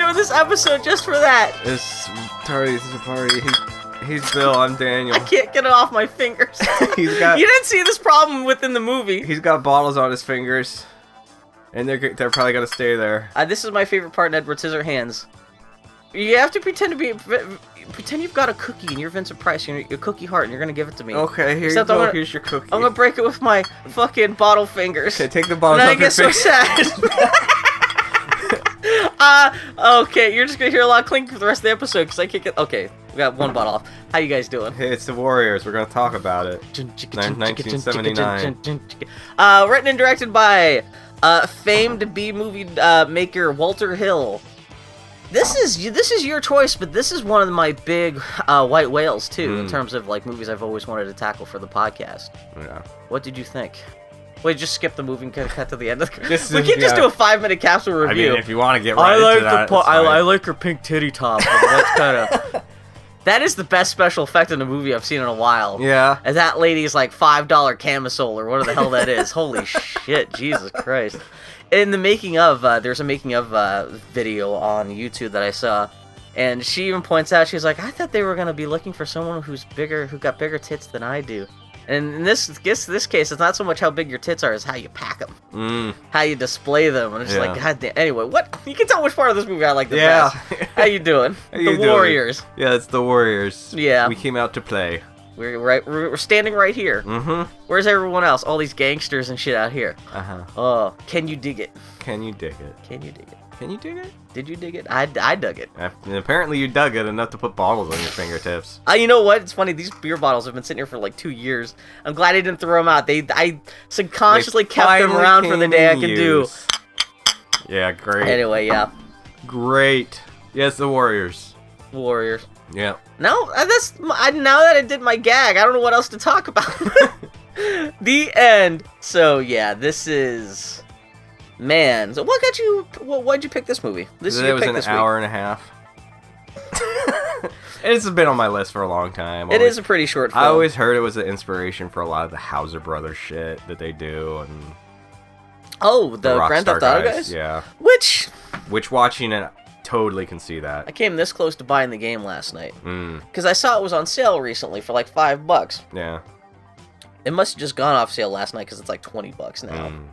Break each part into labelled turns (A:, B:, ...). A: episode just for that.
B: It's Tari Zapari. He, he's Bill. I'm Daniel.
A: I can't get it off my fingers.
B: He's got-
A: you didn't see this problem within the movie.
B: He's got bottles on his fingers, and they're g- they're probably gonna stay there.
A: Uh, this is my favorite part in Edward Scissorhands. You have to pretend to be pretend you've got a cookie and you're Vincent Price. You're a cookie heart, and you're gonna give it to me.
B: Okay, here you
A: Except I'm
B: go.
A: gonna-
B: Here's your cookie.
A: I'm gonna break it with my fucking bottle fingers.
B: okay, take the
A: and
B: bottles
A: I
B: off your
A: get so
B: face.
A: sad. uh, okay, you're just gonna hear a lot of clink for the rest of the episode because I can't get. Okay, we got one bottle off. How you guys doing?
B: Hey, it's the Warriors. We're gonna talk about it. 1979.
A: Uh, written and directed by uh, famed B movie uh, maker Walter Hill. This is this is your choice, but this is one of my big uh, white whales too, in
B: Hmm.
A: terms of like movies I've always wanted to tackle for the podcast.
B: Yeah.
A: What did you think? Wait, just skip the movie and cut cut to the end. Of the...
B: This
A: we
B: is-
A: can just
B: yeah.
A: do a five minute capsule
B: I
A: review.
B: mean, if you want to get right into that, it's fine.
A: like her pink titty top. but That's kind of that is the best special effect in a movie I've seen in a while.
B: Yeah.
A: And that lady's like five dollar camisole or whatever the hell that is. Holy shit, Jesus Christ! In the making of, uh, there's a making of uh, video on YouTube that I saw, and she even points out she's like, I thought they were gonna be looking for someone who's bigger, who got bigger tits than I do. And in this guess this case, it's not so much how big your tits are, it's how you pack them,
B: Mm.
A: how you display them. And it's just like,
B: Yeah.
A: God damn. Anyway, what you can tell which part of this movie I like the
B: Yeah.
A: best. How you doing?
B: How
A: the
B: you doing?
A: Warriors.
B: Yeah, it's the Warriors.
A: Yeah.
B: We came out to play.
A: We're right. We're we're standing right here.
B: Mm-hmm.
A: Where's everyone else? All these gangsters and shit out here.
B: Uh-huh.
A: Oh, can you dig it?
B: Can you dig it?
A: Can you dig it?
B: Can you dig it?
A: Did you dig it? I, I dug it.
B: Ap- and apparently you dug it enough to put bottles on your fingertips.
A: Uh, you know what? It's funny. These beer bottles have been sitting here for like two years. I'm glad I didn't throw them out. They I subconsciously
B: They
A: kept them
B: finally
A: around for
B: came
A: the day I
B: in
A: could do.
B: use. Yeah, great.
A: Anyway, yeah,
B: Great. Yes, the Warriors.
A: Warriors.
B: Yeah.
A: No, uh, that's my, I- now that I did my gag, I don't know what else to talk about. the end. So yeah, this is man. So what got you? What, why'd you pick this movie? This is
B: Today
A: your
B: was
A: pick
B: an
A: this
B: hour and a half. it's been on my list for a long time.
A: Week. It
B: Always-
A: is a pretty short. Film.
B: I always heard it was an inspiration for a lot of the Hauser Brothers shit that they do and
A: Oh, the,
B: Rockstar
A: Grand Theft Auto guys?
B: Yeah.
A: Which
B: Which watching it, totally can see
A: I
B: that.
A: came this close to buying the game last night
B: Mm,
A: because I saw it was on sale recently for like five bucks.
B: yeah.
A: It must have just gone off sale last night because it's like twenty bucks now
B: Mm.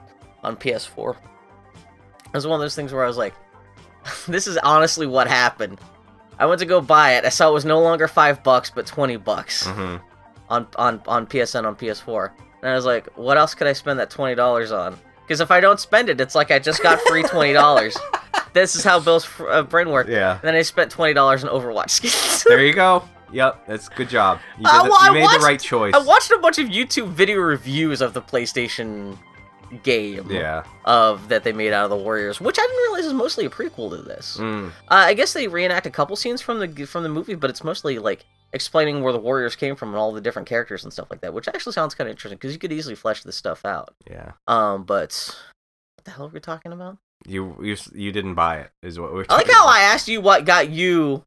A: on PS4. It was one of those things where I was like, "This is honestly what happened." I went to go buy it. I saw it was no longer five bucks but twenty bucks
B: hmm
A: on on on PSN on PS4, and I was like, "What else could I spend that twenty dollars on?" Because if I don't spend it, it's like I just got free twenty dollars. this is how Bill's fr- uh, brain works.
B: Yeah.
A: And then I spent twenty dollars on Overwatch skins.
B: There you go. Yep, that's good job. You, did
A: Uh,
B: the-
A: well,
B: you
A: I
B: made
A: watched-
B: the right choice.
A: I watched a bunch of YouTube video reviews of the PlayStation game
B: yeah.
A: of that they made out of the Warriors, which I didn't realize is mostly a prequel to this.
B: Mm.
A: Uh, I guess they reenact a couple scenes from the from the movie, but it's mostly like explaining where the Warriors came from and all the different characters and stuff like that, which actually sounds kind of interesting because you could easily flesh this stuff out.
B: Yeah.
A: Um, but what the hell are we talking about?
B: You you s- you didn't buy it is what we're.
A: I like how I asked you what got you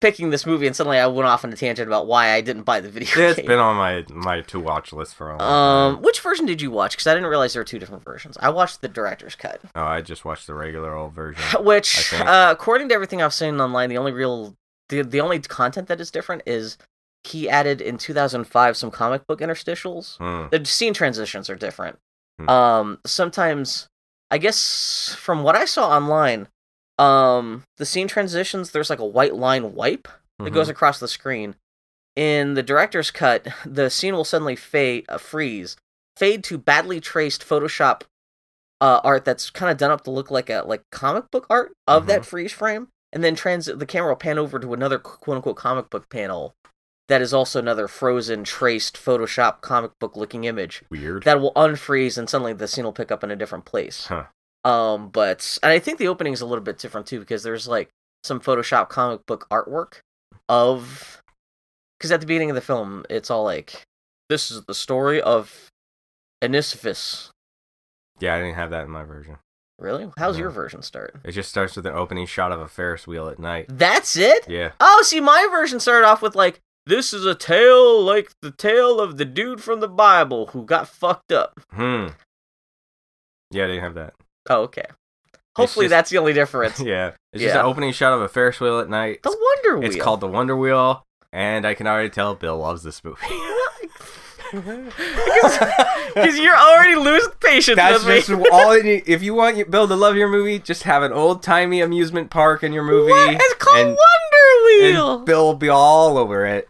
A: picking this movie, and suddenly I went off on a tangent about why I didn't buy the video
B: Yeah, It's
A: game.
B: been on my my to watch list for a long
A: Um, which version did you watch? Because I didn't realize there were two different versions. I watched the director's cut,
B: time. Oh, I just watched the regular old version.
A: which,
B: I think-
A: uh, according to everything I've seen online, the only real, the, the only content that is different is he added in 2005 some comic book interstitials.
B: Mm.
A: The scene transitions are different.
B: Hmm.
A: Um, sometimes, I guess from what I saw online, um, the scene transitions there's like a white line wipe that goes across the screen. In the director's cut, the scene will suddenly fade, uh, freeze, fade to badly traced Photoshop uh, art that's kind of done up to look like a like comic book art of that freeze frame, and then trans the camera will pan over to another quote unquote comic book panel that is also another frozen traced Photoshop comic book looking image
B: Weird.
A: that will unfreeze and suddenly the scene will pick up in a different place.
B: Huh.
A: Um, but and I think the opening's a little bit different too because there's like some Photoshop comic book artwork of because at the beginning of the film it's all like this is the story of Anisphis.
B: yeah, I didn't have that in my version.
A: Really? How's
B: Yeah.
A: your version start?
B: It just starts with an opening shot of a Ferris wheel at night.
A: That's it.
B: Yeah.
A: Oh, see, my version started off with like this is a tale like the tale of the dude from the Bible who got fucked up.
B: Hmm. Yeah, I didn't have that.
A: Oh, okay. Hopefully,
B: just-
A: that's the only difference.
B: yeah. It's just
A: Yeah.
B: an opening shot of a Ferris wheel at night.
A: The Wonder Wheel.
B: It's called the Wonder Wheel, and I can already tell Bill loves this movie.
A: because you're already losing patience
B: That's
A: with me.
B: just all. It, need- if you want your- Bill to love your movie, just have an old timey amusement park in your movie.
A: What? It's called
B: and-
A: Wonder Wheel.
B: and Bill will be all over it.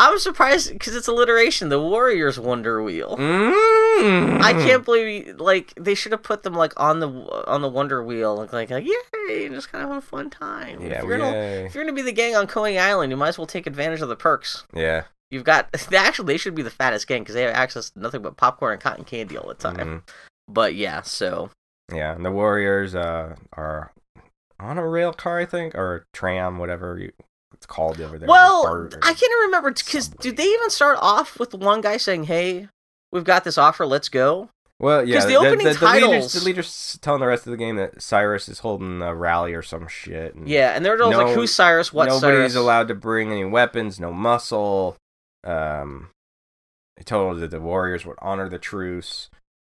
A: I'm surprised because it's alliteration. The Warriors Wonder Wheel.
B: Mm.
A: I can't believe like they should have put them like on the on the Wonder Wheel, like like, like yay, just kind of have a fun time.
B: Yeah, uh,
A: if you're, gonna,
B: yay.
A: if you're gonna be the gang on Coney Island, you might as well take advantage of the perks.
B: Yeah.
A: You've got they- actually they should be the fattest gang because they have access to nothing but popcorn and cotton candy all the time.
B: Mhm.
A: But yeah, so
B: Yeah, and the Warriors uh, are on a rail car, I think, or a tram, whatever you, it's called over there.
A: well,
B: Or-
A: I can't even remember because
B: Subway.
A: did they even start off with one guy saying, "Hey, we've got this offer, let's go."
B: Well, yeah,
A: 'Cause the opening
B: the, leaders,
A: titles-
B: the leaders telling the rest of the game that Cyrus is holding a rally or some shit. And
A: Yeah, and they're all
B: No-
A: like, "Who's Cyrus? What
B: nobody's
A: Cyrus?"
B: allowed to bring any weapons, no muscle. Um, they told that the warriors would honor the truce.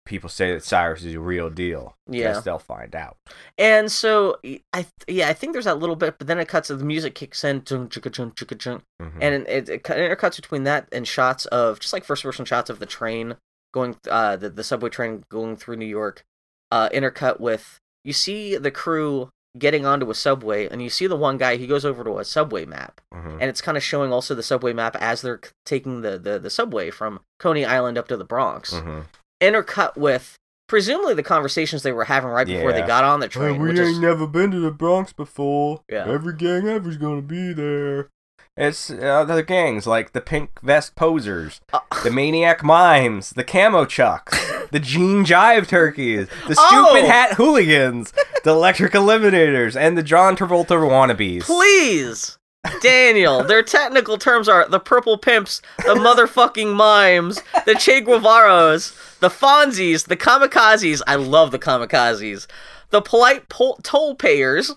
B: People say that Cyrus is the real deal.
A: Yeah.
B: Guess they'll find out.
A: And so y- I th- yeah, I think there's that little bit, but then it cuts to the music kicks in, dun, chugga, dun, chugga, dun,
B: Mhm.
A: and it, it cut- intercuts between that and shots of just like first person shots of the train going, uh, the, the subway train going through New York, uh, intercut with you see the crew getting onto a subway, and you see the one guy he goes over to a subway map,
B: Mhm.
A: and it's kind of showing also the subway map as they're c- taking the, the the subway from Coney Island up to the Bronx,
B: Mhm.
A: intercut with. Presumably, the conversations they were having right before
B: Yeah.
A: they got on the train.
B: we
A: which
B: ain't
A: is,
B: never been to the Bronx before.
A: Yeah.
B: Every gang ever's gonna be there. It's other gangs like the pink vest posers, the maniac mimes, the camo chucks, the jean jive turkeys, the stupid
A: Oh!
B: hat hooligans, the electric eliminators, and the John Travolta wannabes.
A: Please, Daniel. Their technical terms are the purple pimps, the motherfucking mimes, the Che Guevaras, the Fonzies, the kamikazes. I love the kamikazes. The polite pol- toll payers.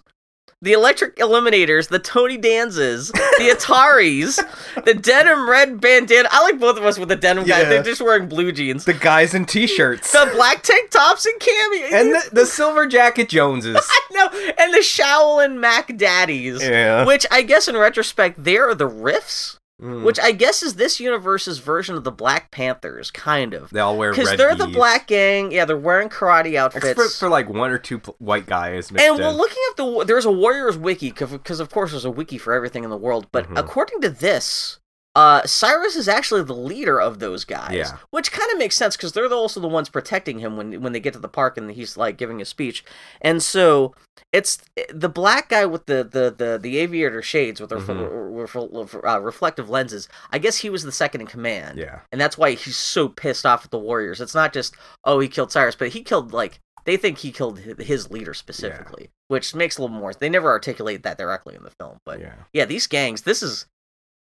A: The electric eliminators, the Tony Danzas, the Ataris, the denim red bandana. I like both of us with the denim guy.
B: Yeah.
A: They're just wearing blue jeans. The,
B: The guys in t-shirts
A: black tank tops and cameos.
B: and the, the silver jacket Joneses.
A: no, and the Shaolin Mac Daddies.
B: yeah.
A: Which I guess in retrospect, they are the riffs.
B: Mm.
A: Which I guess is this universe's version of the Black Panthers, kind of.
B: they all wear red.
A: Because they're the
B: beads.
A: black gang. Yeah, they're wearing karate
B: Except
A: outfits.
B: for like one or two pl- white guys. mixed
A: And
B: in.
A: well, looking at the there's a Warriors wiki because of course there's a wiki for everything in the world. But
B: Mhm.
A: according to this, uh, Cyrus is actually the leader of those guys,
B: Yeah.
A: which kind of makes sense because they're the- also the ones protecting him when when they get to the park and he's like giving a speech. And so it's eh, the black guy with the the the, the aviator shades with the
B: Mm-hmm.
A: ref- ref- ref- uh, reflective lenses. I guess he was the second in command.
B: yeah.
A: And that's why he's so pissed off at the Warriors. It's not just, oh, he killed Cyrus, but he killed, like, they think he killed hi- his leader specifically, which makes a little more. They never articulate that directly in the film. But yeah,
B: yeah.
A: these gangs, this is.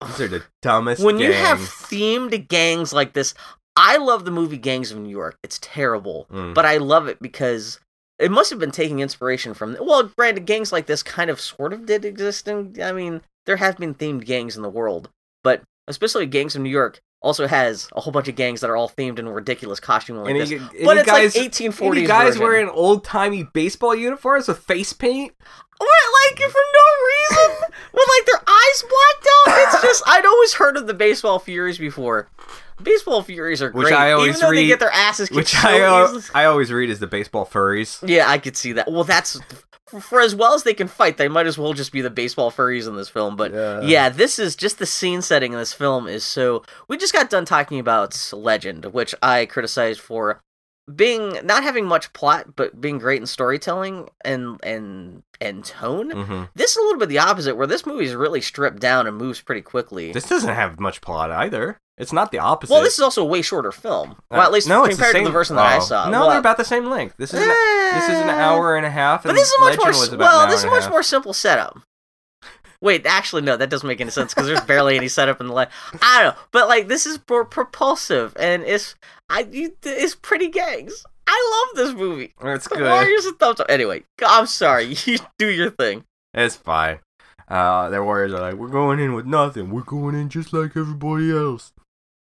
B: These are the dumbest
A: When you
B: gangs.
A: have themed gangs like this, I love the movie Gangs of New York. It's terrible,
B: Mm.
A: but I love it because. It must have been taking inspiration from. Well, granted, gangs like this kind of sort of did exist. In, I mean, there have been themed gangs in the world, but especially Gangs of New York also has a whole bunch of gangs that are all themed in ridiculous costume like
B: and
A: this.
B: you, and
A: but
B: you
A: it's
B: guys,
A: like 1840s.
B: and you guys
A: version.
B: wearing old timey baseball uniforms with face paint.
A: Or, like for no reason with like their eyes blacked out. It's just I'd always heard of the baseball furies before. Baseball furies are
B: Which
A: great,
B: I always
A: even though they
B: read-
A: get their asses kicked.
B: Which
A: so
B: I al-
A: easily.
B: I always read as the baseball furries.
A: yeah, I could see that. Well, that's for as well as they can fight. They might as well just be the baseball furries in this film. But
B: Yeah.
A: yeah, this is just the scene setting in this film is so. We just got done talking about Legend, which I criticized for being not having much plot, but being great in storytelling and and and tone.
B: hmm
A: This is a little bit the opposite, where this movie is really stripped down and moves pretty quickly.
B: This doesn't have much plot either. It's not the opposite.
A: well, this is also a way shorter film. Well, at least
B: Uh, no, it's
A: compared
B: the same...
A: to the version that I
B: oh.
A: saw.
B: No,
A: Well,
B: they're about the same length. This is an, this is an
A: eh,
B: hour and a half.
A: But
B: and
A: this is a much more
B: Legend was
A: s-
B: about
A: well.
B: an
A: This is
B: hour and
A: much
B: a half.
A: more simple setup. Wait, actually, no, that doesn't make any sense because there's barely any setup in the light. I don't know, but like this is more propulsive and it's I you- it's pretty gangs. I love this movie.
B: It's
A: The
B: good.
A: Warriors a thumbs up. Anyway, I'm sorry. You do your thing.
B: It's fine. Uh, their warriors are like, we're going in with nothing. We're going in just like everybody else.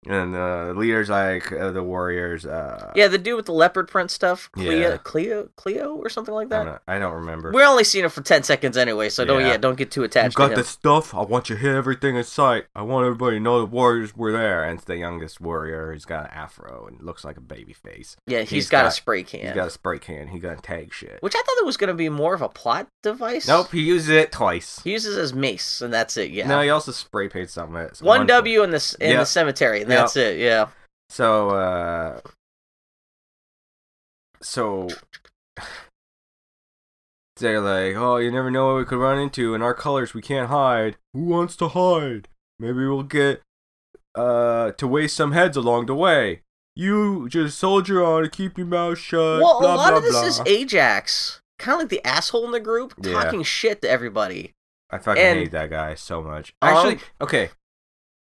B: And the leader's like uh, the warriors. Uh,
A: Yeah, the dude with the leopard print stuff, Cleo,
B: Yeah.
A: Cleo, Cleo, or something like
B: I
A: that.
B: don't, I don't remember.
A: We're only seeing him for ten seconds anyway, so don't
B: Yeah.
A: yeah, don't get too attached to him.
B: stuff. I want you to hit everything in sight. I want everybody to know the warriors were there. And it's the youngest warrior. He's got an afro and looks like a baby face.
A: yeah,
B: he's
A: he's got, a
B: got-
A: spray can,
B: He's got a spray can. He gonna tag shit.
A: which I thought that was going to be more of a plot device.
B: Nope, he uses it twice.
A: he uses his mace, and that's it. Yeah,
B: No, he also spray paints something. It's
A: one
B: wonderful.
A: W in this in
B: Yeah.
A: the cemetery, and
B: Yeah.
A: that's it. Yeah,
B: So, uh, so they're like, "Oh, you never know what we could run into, and our colors we can't hide. Who wants to hide? Maybe we'll get uh to waste some heads along the way. You just soldier on and keep your mouth shut."
A: well,
B: Uh, blah,
A: a lot
B: blah,
A: of this
B: blah.
A: is Ajax, kind of like the asshole in the group,
B: Yeah.
A: talking shit to everybody.
B: I fucking
A: and-
B: hate that guy so much.
A: Um,
B: Actually, okay.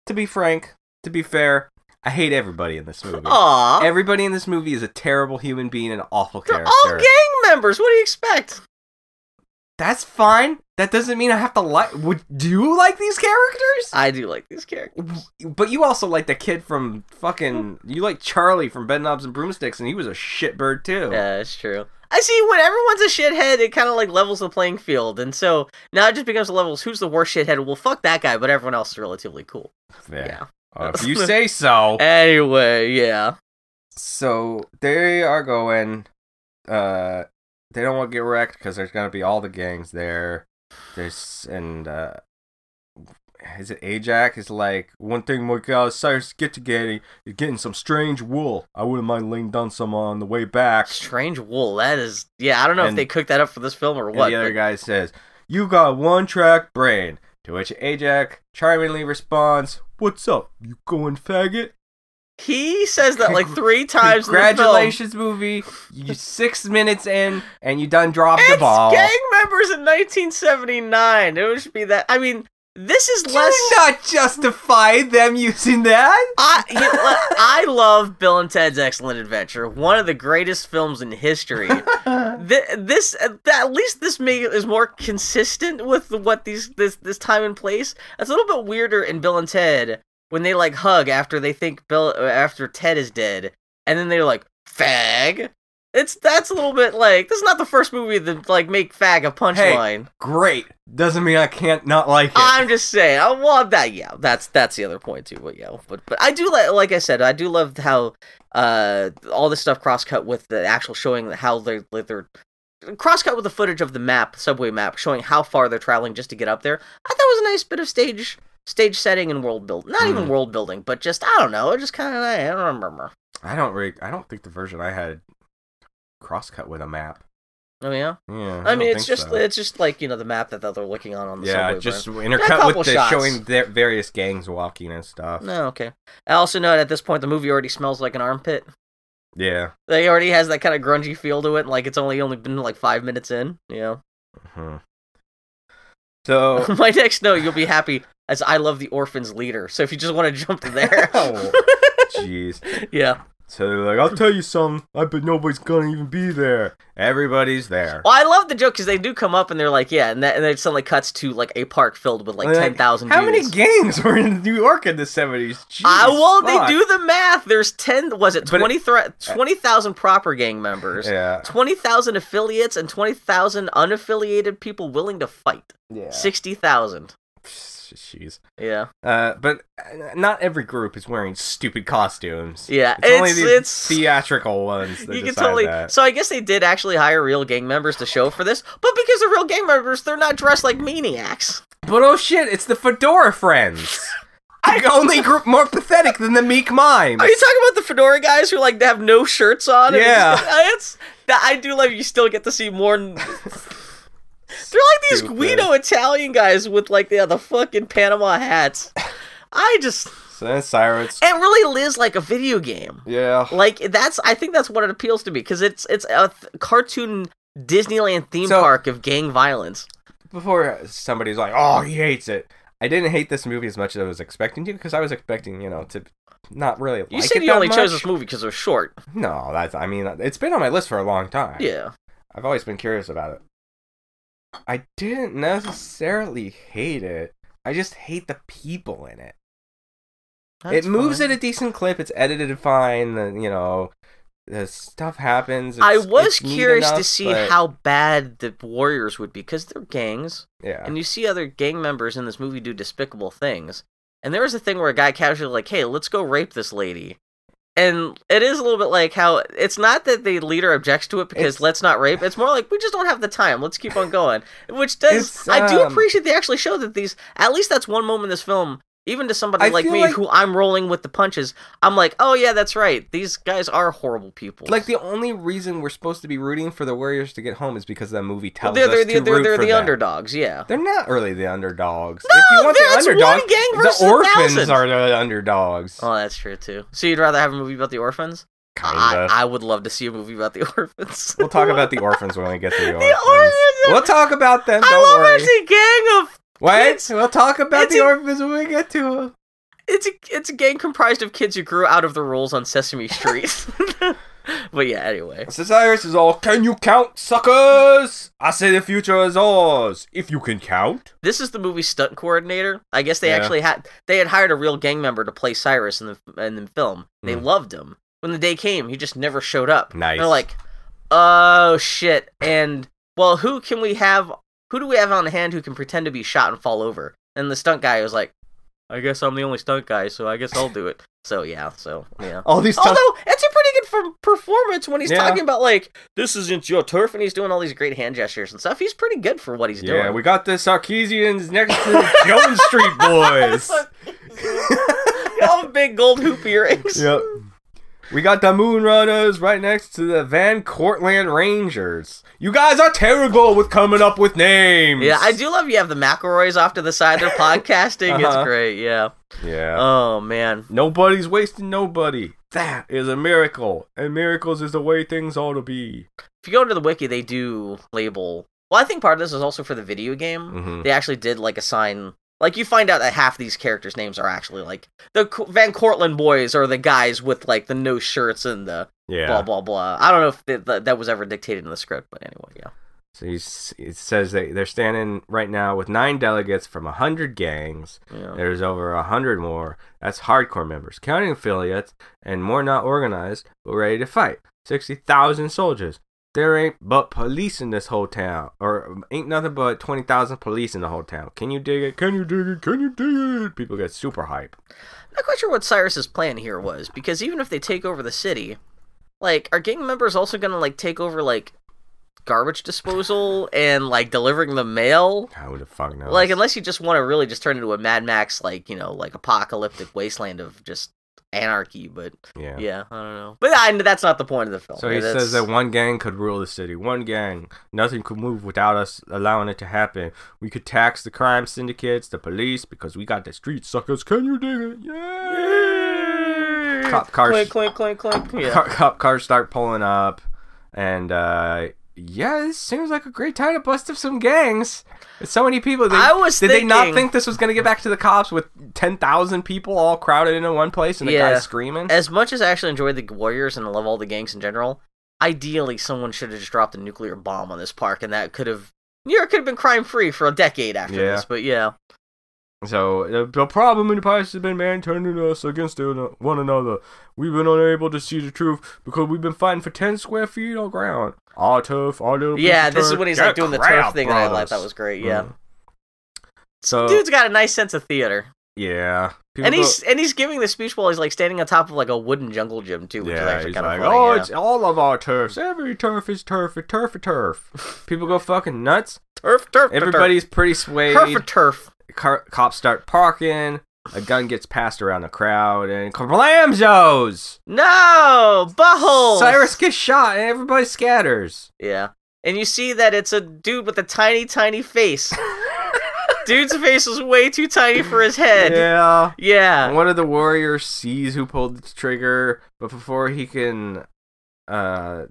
B: To be frank, to be fair, I hate everybody in this movie.
A: Aw,
B: Everybody in this movie is a terrible human being and an awful
A: they're
B: character.
A: all gang members. What do you expect?
B: That's fine. That doesn't mean I have to like. Would do you like these characters?
A: I do like these characters.
B: But you also like the kid from fucking. You like Charlie from Bedknobs and Broomsticks, and he was a shitbird too.
A: Yeah, that's true. I see. When everyone's a shithead, it kind of like levels the playing field, and so now it just becomes levels. Who's the worst shithead? Well, fuck that guy, but everyone else is relatively cool.
B: Yeah.
A: yeah.
B: Oh, if you say so.
A: Anyway, yeah.
B: So they are going. Uh, they don't want to get wrecked because there's gonna be all the gangs there. There's and uh, is it Ajax? Is like one thing we got Cyrus get to getting is getting some strange wool. I wouldn't mind laying down some on the way back.
A: Strange wool. That is. Yeah, I don't know if
B: And-
A: they cooked that up for this film or
B: And
A: what.
B: the other
A: but-
B: guy says, "You got one track brain." To which Ajax charmingly responds, "What's up? You going faggot?"
A: He says that like three times. in the film.
B: Congratulations, movie. You six minutes in, and you done dropped the
A: It's
B: ball.
A: gang members in 1979. It should be that. I mean, this is
B: Do
A: less.
B: not justify them using that.
A: I you know what? I love Bill and Ted's Excellent Adventure, one of the greatest films in history. Th- this uh, th- at least this may is more consistent with what these this this time and place. It's a little bit weirder in Bill and Ted when they like hug after they think Bill uh, after Ted is dead, and then they're like fag. It's that's a little bit like this is not the first movie to like make fag a punchline.
B: Great. Doesn't mean I can't not like it.
A: I'm just saying. I want that. Yeah, that's that's the other point too. But yeah, but but I do like like I said, I do love how uh all this stuff cross cut with the actual showing how they're like they're cross cut with the footage of the map, subway map, showing how far they're traveling just to get up there. I thought it was a nice bit of stage stage setting and world build. Not even
B: Hmm.
A: world building, but just I don't know. It just kind of I don't remember.
B: I don't. Re- I don't think the version I had crosscut with a map.
A: Oh yeah,
B: Yeah.
A: I,
B: don't
A: mean it's
B: think
A: just
B: so.
A: it's just like you know the map that they're looking on on the subway.
B: yeah,
A: burn.
B: just
A: Yeah, a
B: intercut
A: couple
B: with the
A: shots.
B: showing their various gangs walking and stuff.
A: no okay. I also know at this point the movie already smells like an armpit.
B: Yeah.
A: They already has that kind of grungy feel to it. Like it's only only been like five minutes in. You know.
B: Mhm. So
A: My next note, you'll be happy as I love the orphans leader. So if you just want to jump to there,
B: Oh, Jeez.
A: yeah.
B: So they're like, I'll tell you something. I bet nobody's gonna even be there. Everybody's there.
A: Well, I love the joke because they do come up and they're like, yeah, and that and then it suddenly cuts to like a park filled with like
B: Like,
A: ten thousand.
B: How many gangs were in New York in the seventies?
A: I well, they do the math. There's ten. Was it
B: But it- Uh,
A: twenty thre- twenty thousand proper gang members,
B: Yeah.
A: twenty thousand affiliates, and twenty thousand unaffiliated people willing to fight.
B: Yeah.
A: Sixty thousand.
B: Jeez.
A: Yeah,
B: Uh, but uh, not every group is wearing stupid costumes.
A: yeah.
B: It's, only
A: it's,
B: the
A: it's
B: theatrical ones that
A: you can
B: decide
A: totally.
B: that.
A: So I guess they did actually hire real gang members to show for this, but because they're real gang members, they're not dressed like maniacs.
B: But oh shit, it's the Fedora Friends. the only group more pathetic than the Meek Mime.
A: Are you talking about the fedora guys who like have no shirts on? and
B: Yeah.
A: it's, it's- that I do love. You still get to see more. n- they're like these
B: Stupid.
A: Guido Italian guys with like yeah, the fucking Panama hats. I just
B: So then Cyrus.
A: it really is like a video game.
B: Yeah.
A: Like that's I think that's what it appeals to me because it's it's a th- cartoon Disneyland theme
B: So-
A: park of gang violence.
B: before somebody's like, "Oh, he hates it." I didn't hate this movie as much as I was expecting to, because I was expecting, you know, to not really like
A: You said
B: it
A: you
B: that
A: only
B: much.
A: chose this movie because it was short.
B: No, that's. I mean, it's been on my list for a long time.
A: Yeah.
B: I've always been curious about it. I didn't necessarily hate it. I just hate the people in it.
A: That's
B: it moves
A: fine.
B: at a decent clip. It's edited fine. The, you know, the stuff happens.
A: I
B: it's-
A: was
B: it's neat
A: curious to
B: enough,
A: see
B: but-
A: how bad the Warriors would be because they're gangs,
B: Yeah.
A: and you see other gang members in this movie do despicable things. And there was a thing where a guy casually like, "Hey, let's go rape this lady," and it is a little bit like how it's not that the leader objects to it because
B: It's-
A: let's not rape. It's more like we just don't have the time. Let's keep on going. Which does
B: It's,
A: I do
B: um,
A: appreciate they actually show that these at least that's one moment in this film. Even to somebody
B: I
A: like
B: feel
A: me
B: like-
A: who I'm rolling with the punches, I'm like, oh yeah, that's right. These guys are horrible people.
B: Like the only reason we're supposed to be rooting for the Warriors to get home is because that movie
A: Well,
B: tells
A: they're they're,
B: us
A: they're,
B: to
A: they're,
B: root
A: they're
B: for
A: the
B: them.
A: underdogs, yeah.
B: They're not really the underdogs.
A: No,
B: if you want
A: that's
B: the underdogs,
A: one gang versus a
B: the orphans
A: thousand.
B: are the underdogs.
A: Oh, that's true too. So you'd rather have a movie about the orphans? I,
B: Kinda.
A: I would love to see a movie about the orphans.
B: we'll talk about the orphans when we get to the
A: The
B: orphans.
A: orphans are-
B: We'll talk about them. Don't
A: I love
B: worry.
A: it's a gang of
B: Wait,
A: kids.
B: we'll talk about
A: It's
B: the
A: a-
B: orphans when we get to them.
A: it's a it's a gang comprised of kids who grew out of the rules on Sesame Street. but yeah, anyway.
B: Cyrus is all, can you count, suckers? I say the future is ours. If you can count.
A: This is the movie stunt coordinator. I guess they
B: Yeah.
A: actually had they had hired a real gang member to play Cyrus in the in the film. They
B: Hmm.
A: loved him. When the day came, he just never showed up.
B: Nice.
A: They're like, oh shit. And well, who can we have? Who do we have on hand who can pretend to be shot and fall over? And the stunt guy was like, I guess I'm the only stunt guy, so I guess I'll do it. So yeah, so yeah.
B: all these stuff.
A: Although it's a pretty good form- performance when he's
B: Yeah.
A: talking about like this isn't your turf, and he's doing all these great hand gestures and stuff. He's pretty good for what he's
B: yeah,
A: doing.
B: we got the Sarkeesians next to the Jones Street Boys.
A: all big gold hoop earrings.
B: yep. We got the Moon Runners right next to the Van Cortlandt Rangers. You guys are terrible with coming up with names.
A: Yeah, I do love you have the McElroys off to the side. They're podcasting.
B: Uh-huh.
A: It's great. Yeah.
B: Yeah.
A: Oh man.
B: Nobody's wasting nobody. That is a miracle. And miracles is the way things ought to be.
A: If you go to the wiki, they do label. Well, I think part of this is also for the video game.
B: Mm-hmm.
A: They actually did like assign. Like you find out that half these characters' names are actually like the Co- Van Cortlandt boys are the guys with like the no shirts and the
B: Yeah.
A: blah blah blah. I don't know if that that- that was ever dictated in the script, but anyway, yeah.
B: So he's, it says they, they're standing right now with nine delegates from a 100 gangs.
A: yeah.
B: There's over a 100 more. That's hardcore members, counting affiliates, and more not organized, but ready to fight. 60,000 soldiers. There ain't but police in this whole town. Or ain't nothing but 20,000 police in the whole town. Can you dig it? Can you dig it? Can you dig it? People get super hype.
A: I'm not quite sure what Cyrus's plan here was because even if they take over the city, like are gang members also gonna like take over like garbage disposal and like delivering the mail?
B: How the fuck knows?
A: Like unless you just want to really just turn into a Mad Max like you know like apocalyptic wasteland of just anarchy, but yeah, I don't know. But I, that's not the point of the film.
B: So he
A: That's-
B: says that one gang could rule the city. One gang. Nothing could move without us allowing it to happen. We could tax the crime syndicates, the police, because we got the street suckers. Can you dig it? Yeah. Cop cars.
A: clink clink clink clink. Yeah.
B: Cop, cop cars start pulling up, and uh, yeah, this seems like a great time to bust up some gangs. There's so many people. They,
A: I was
B: did they not
A: thinking-
B: think this was gonna get back to the cops with ten thousand people all crowded into one place and the
A: Yeah.
B: guy screaming?
A: As much as I actually enjoy the Warriors and I love all the gangs in general, ideally someone should have just dropped a nuclear bomb on this park, and that could have New York could have been crime free for a decade after
B: Yeah.
A: this. But yeah,
B: So the, the problem in the past has been man turning us against one- one another. We've been unable to see the truth because we've been fighting for ten square feet on ground. Our turf, our little piece
A: yeah,
B: of
A: this is
B: turf.
A: when he's
B: Yeah,
A: like doing the turf
B: crap,
A: thing that I like.
B: brothers.
A: That was great. Yeah,
B: Mm. So
A: dude's got a nice sense of theater,
B: yeah, People
A: and
B: go-
A: he's and he's giving the speech while he's like standing on top of like a wooden jungle gym too, which is
B: yeah,
A: actually
B: he's
A: kind
B: like,
A: of funny.
B: oh,
A: yeah.
B: it's all of our turfs. Every turf is turf, a turf, a turf. People go fucking nuts.
A: turf, turf,
B: Everybody's pretty
A: turf,
B: swayed.
A: turf, turf, turf.
B: Car- cops start parking. A gun gets passed around the crowd, and kablamzos!
A: No buttholes.
B: Cyrus gets shot and everybody scatters.
A: Yeah. And you see that it's a dude with a tiny, tiny face. Dude's face is way too tiny for his head. Yeah.
B: Yeah. One of the warriors sees who pulled the trigger, but before he can uh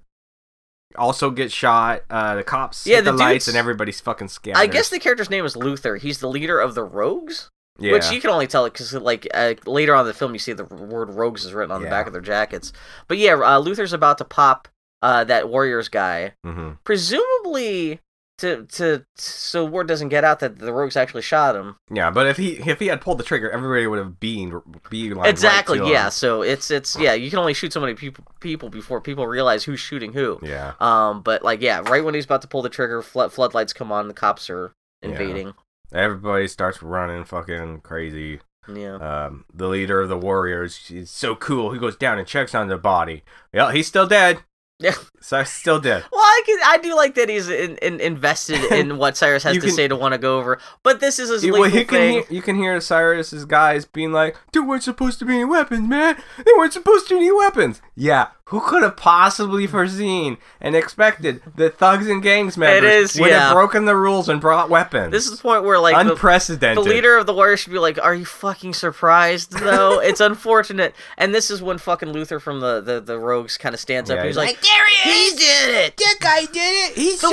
B: also get shot, uh the cops
A: Yeah,
B: hit the,
A: the
B: lights
A: dudes-
B: and everybody's fucking scatters.
A: I guess the character's name is Luther. He's the leader of the Rogues,
B: yeah.
A: which you can only tell it because, like, uh, later on in the film, you see the word Rogues is written on the
B: Yeah.
A: back of their jackets. But yeah, uh, Luther's about to pop uh, that Warriors guy.
B: Mhm.
A: Presumably, to to so word doesn't get out that the rogues actually shot him.
B: Yeah, but if he if he had pulled the trigger, everybody would have been beelined. right
A: exactly.
B: to um, him.
A: yeah. So it's it's yeah. You can only shoot so many people people before people realize who's shooting who.
B: Yeah.
A: Um. But like yeah, right when he's about to pull the trigger, flood, floodlights come on. The cops are
B: Yeah.
A: invading.
B: Everybody starts running fucking crazy.
A: Yeah.
B: Um, the leader of the warriors is so cool. He goes down and checks on the body. Yeah, he's still dead.
A: Yeah.
B: so he's still dead.
A: Well, I can, I do like that he's in, in, invested in what Cyrus has
B: You
A: to
B: can-
A: say to want to go over. But this is his
B: You,
A: legal
B: well, you can
A: thing.
B: hear, you can hear Cyrus's guys being like, "There weren't supposed to be any weapons, man. There weren't supposed to be any weapons." Yeah, who could have possibly foreseen and expected that thugs and gangs members
A: is,
B: would
A: yeah.
B: have broken the rules and brought weapons?
A: This is the point where like the, the
B: unprecedented.
A: leader of the warriors should be like, "Are you fucking surprised?" Though it's unfortunate, and this is when fucking Luther from the the, the Rogues kind of stands up.
B: Yeah,
A: and he's
B: he's
A: like, "There he is! He did it!
B: that guy did it. He
A: The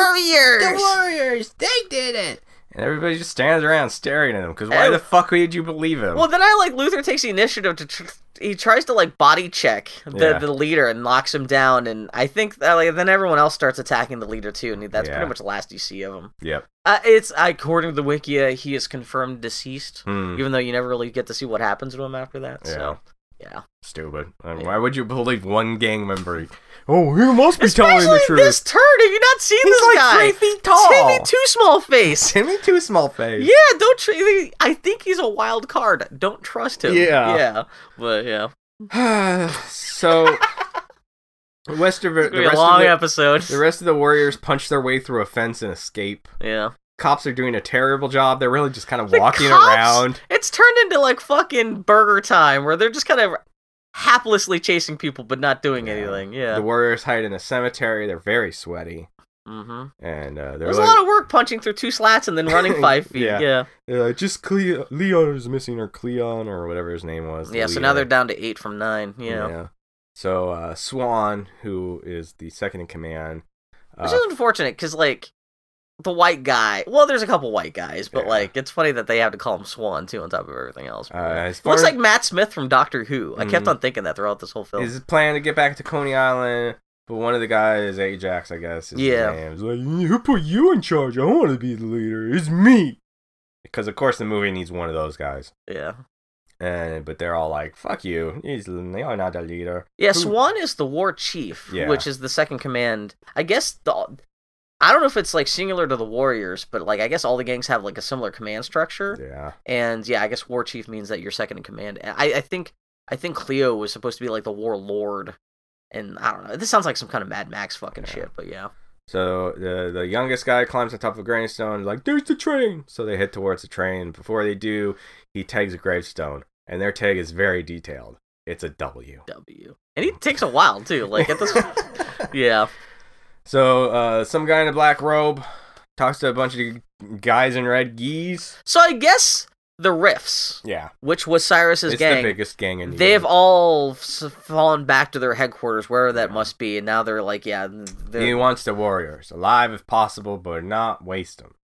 A: warriors!"
B: Warriors, they did it. And everybody just stands around staring at him because why
A: Oh.
B: the fuck would you believe him?
A: Well, then I like Luther takes the initiative to. Tr- he tries to like body check the,
B: Yeah.
A: the leader and knocks him down, and I think that, like, then everyone else starts attacking the leader too, and that's
B: Yeah.
A: pretty much the last you see of him.
B: yep.
A: Uh, it's according to the Wikia, he is confirmed deceased,
B: Hmm.
A: even though you never really get to see what happens to him after that. So, yeah.
B: Stupid. I mean, why would you believe one gang member? Oh, you must be telling
A: Especially
B: the truth.
A: this turd. Have you not seen
B: He's
A: this
B: like
A: guy?
B: three feet tall.
A: Timmy Too Small Face.
B: Timmy Too Small Face.
A: yeah, don't. Tr- I think he's a wild card. Don't trust him.
B: Yeah.
A: yeah. But yeah,
B: so, the rest of
A: it's gonna
B: it, the
A: be a
B: rest
A: long
B: of
A: episode.
B: the, the rest of the warriors punch their way through a fence and escape.
A: yeah,
B: Cops are doing a terrible job. They're really just kind of
A: The
B: walking
A: cops-
B: around.
A: it's turned into like fucking Burger Time, where they're just kind of haplessly chasing people but not doing
B: Yeah.
A: anything. Yeah.
B: The warriors hide in a cemetery. They're very sweaty,
A: mm-hmm.
B: and uh, they're
A: There's
B: like,
A: a lot of work punching through two slats and then running five feet.
B: Yeah.
A: yeah.
B: they're like, just Cle- Leon is missing, or Cleon, or whatever his name was. the
A: Yeah, so now
B: leader.
A: they're down to eight from nine. Yeah,
B: So uh, Swan, who is the second in command, uh,
A: which is unfortunate because like the white guy. Well, there's a couple white guys, but
B: Yeah.
A: like it's funny that they have to call him Swan too on top of everything else.
B: uh, as far
A: Looks
B: as
A: like Matt Smith from Doctor Who. I kept
B: Mhm.
A: on thinking that throughout this whole film.
B: is planning to get back to Coney Island, but one of the guys, Ajax, I guess, is
A: Yeah.
B: his name. He's like, who put you in charge? I want to be the leader. It's me. Because of course the movie needs one of those guys,
A: yeah,
B: and but they're all like, "Fuck you! He's, you're not the leader."
A: yeah.
B: Who-
A: Swan is the war chief,
B: Yeah.
A: which is the second command. I guess the. I don't know if it's like singular to the warriors, but like I guess all the gangs have like a similar command structure.
B: Yeah.
A: and yeah, I guess war chief means that you're second in command. And I, I think I think Cleo was supposed to be like the warlord, and I don't know. This sounds like some kind of Mad Max fucking
B: Yeah.
A: shit, but yeah,
B: So the the youngest guy climbs on top of a gravestone, like there's the train. So they head towards the train. Before they do, he tags a gravestone, and their tag is very detailed. It's a W.
A: W. And it takes a while too. Like at this, yeah,
B: so uh, some guy in a black robe talks to a bunch of guys in red geese.
A: so I guess the Rifts,
B: Yeah,
A: which was Cyrus's
B: it's the
A: gang.
B: biggest gang in. the
A: They've
B: universe.
A: all s- fallen back to their headquarters, wherever that
B: Yeah.
A: must be, and now they're like, yeah, they're,
B: He wants the warriors alive if possible, but not waste them.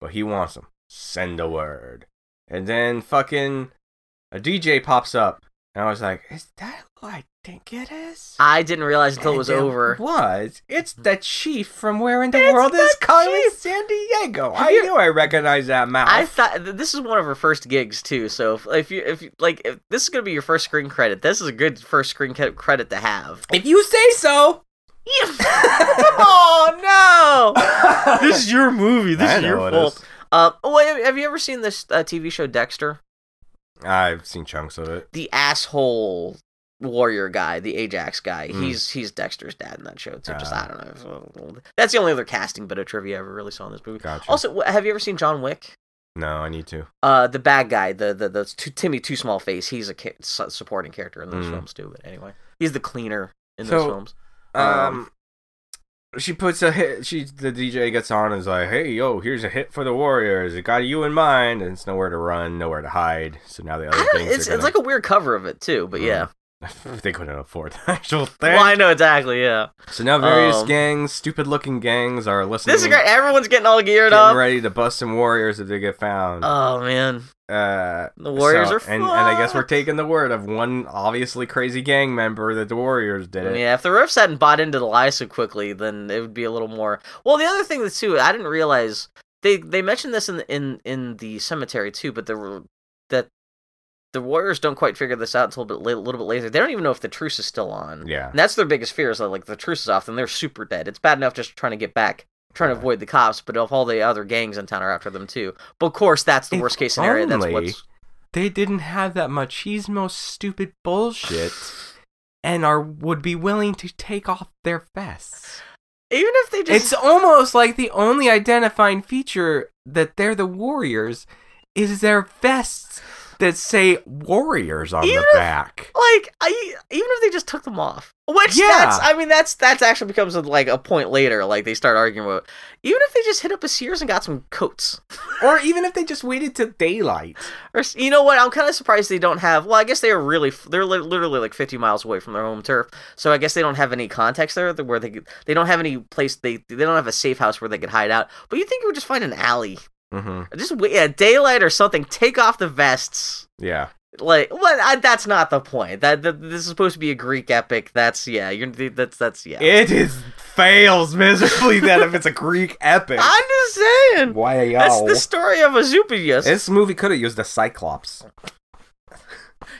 B: But he wants them. Send a word. And then fucking a DJ pops up, and I was like, "Is that who I think it is?"
A: I didn't realize until it
B: And
A: was over.
B: Was it's the chief from where in the
A: It's
B: world
A: the
B: is Carly
A: chief!
B: San Diego?
A: Have
B: I
A: you-
B: knew I recognized that mouth.
A: I thought th- this is one of her first gigs too. So if, if you if you- like if this is gonna be your first screen credit, this is a good first screen cre- credit to have.
B: if you say so.
A: oh no! This is your movie. This
B: I
A: is
B: know
A: your
B: it
A: fault.
B: is.
A: Uh, well, have- have you ever seen this uh, TV show Dexter?
B: I've seen chunks of it.
A: The asshole warrior guy, the Ajax guy.
B: Hmm.
A: He's he's Dexter's dad in that show. So just
B: Ah.
A: I don't know. It's a little- That's the only other casting bit of trivia I ever really saw in this movie.
B: Gotcha.
A: Also, wh- have you ever seen John Wick?
B: no, I need to.
A: Uh, the bad guy, the the, the two, Timmy Too Small Face. He's a ca- su- supporting character in those
B: Mm.
A: films too. But anyway, he's the cleaner in those
B: So-
A: films.
B: Um, she puts a hit. She the DJ gets on and is like, "Hey, yo, here's a hit for the Warriors. It got you in mind." And it's nowhere to run, nowhere to hide. So now the
A: I
B: other
A: don't,
B: things
A: it's
B: are
A: it's like a weird cover of it too. But
B: Mm.
A: yeah,
B: gonna- they couldn't afford the actual thing.
A: well, I know exactly. Yeah,
B: So now various
A: Um,
B: gangs, stupid-looking gangs, are listening.
A: this is great. Everyone's getting all geared
B: Getting
A: up.
B: ready to bust some warriors if they get found.
A: Oh man,
B: Uh,
A: The Warriors
B: so-
A: are
B: and, and I guess we're
A: fucked.
B: taking the word of one obviously crazy gang member that the Warriors did it.
A: Yeah, if the Riffs hadn't bought into the lie so quickly, then it would be a little more. Well, the other thing that too, I didn't realize they they mentioned this in the, in in the cemetery too, but the that the Warriors don't quite figure this out until a bit, la- little bit later. They don't even know if the truce is still on.
B: Yeah.
A: And that's their biggest fear is that like the truce is off, then they're super dead. It's bad enough just trying to get back, trying to
B: Yeah.
A: avoid the cops, but if all the other gangs in town are after them too. But of course, that's the
B: If
A: worst case scenario. That's
B: only-
A: what's
B: They didn't have that machismo stupid bullshit and are would be willing to take off their vests.
A: even if they just
B: It's almost like the only identifying feature that they're the Warriors is their vests that say Warriors on
A: Even
B: the
A: if-
B: back.
A: like I even if they just took them off, which
B: Yeah.
A: that's I mean that's that's actually becomes like a point later. Like they start arguing about even if they just hit up a Sears and got some coats,
B: Or even if they just waited till daylight.
A: or s- you know what? I'm kind of surprised they don't have. Well, I guess they are really f- they're li- literally like 50 miles away from their home turf, so I guess they don't have any context there that- where they could- they don't have any place they they don't have a safe house where they could hide out. But you think you would just find an alley,
B: Mm-hmm.
A: just wait, yeah, daylight or something. Take off the vests.
B: Yeah.
A: like what I, that's not the point that, that this is supposed to be a greek epic that's yeah you're that's that's yeah
B: It is fails miserably that if it's a Greek epic.
A: i'm just saying
B: Why
A: that's the story of azupius
B: This movie could have used a Cyclops.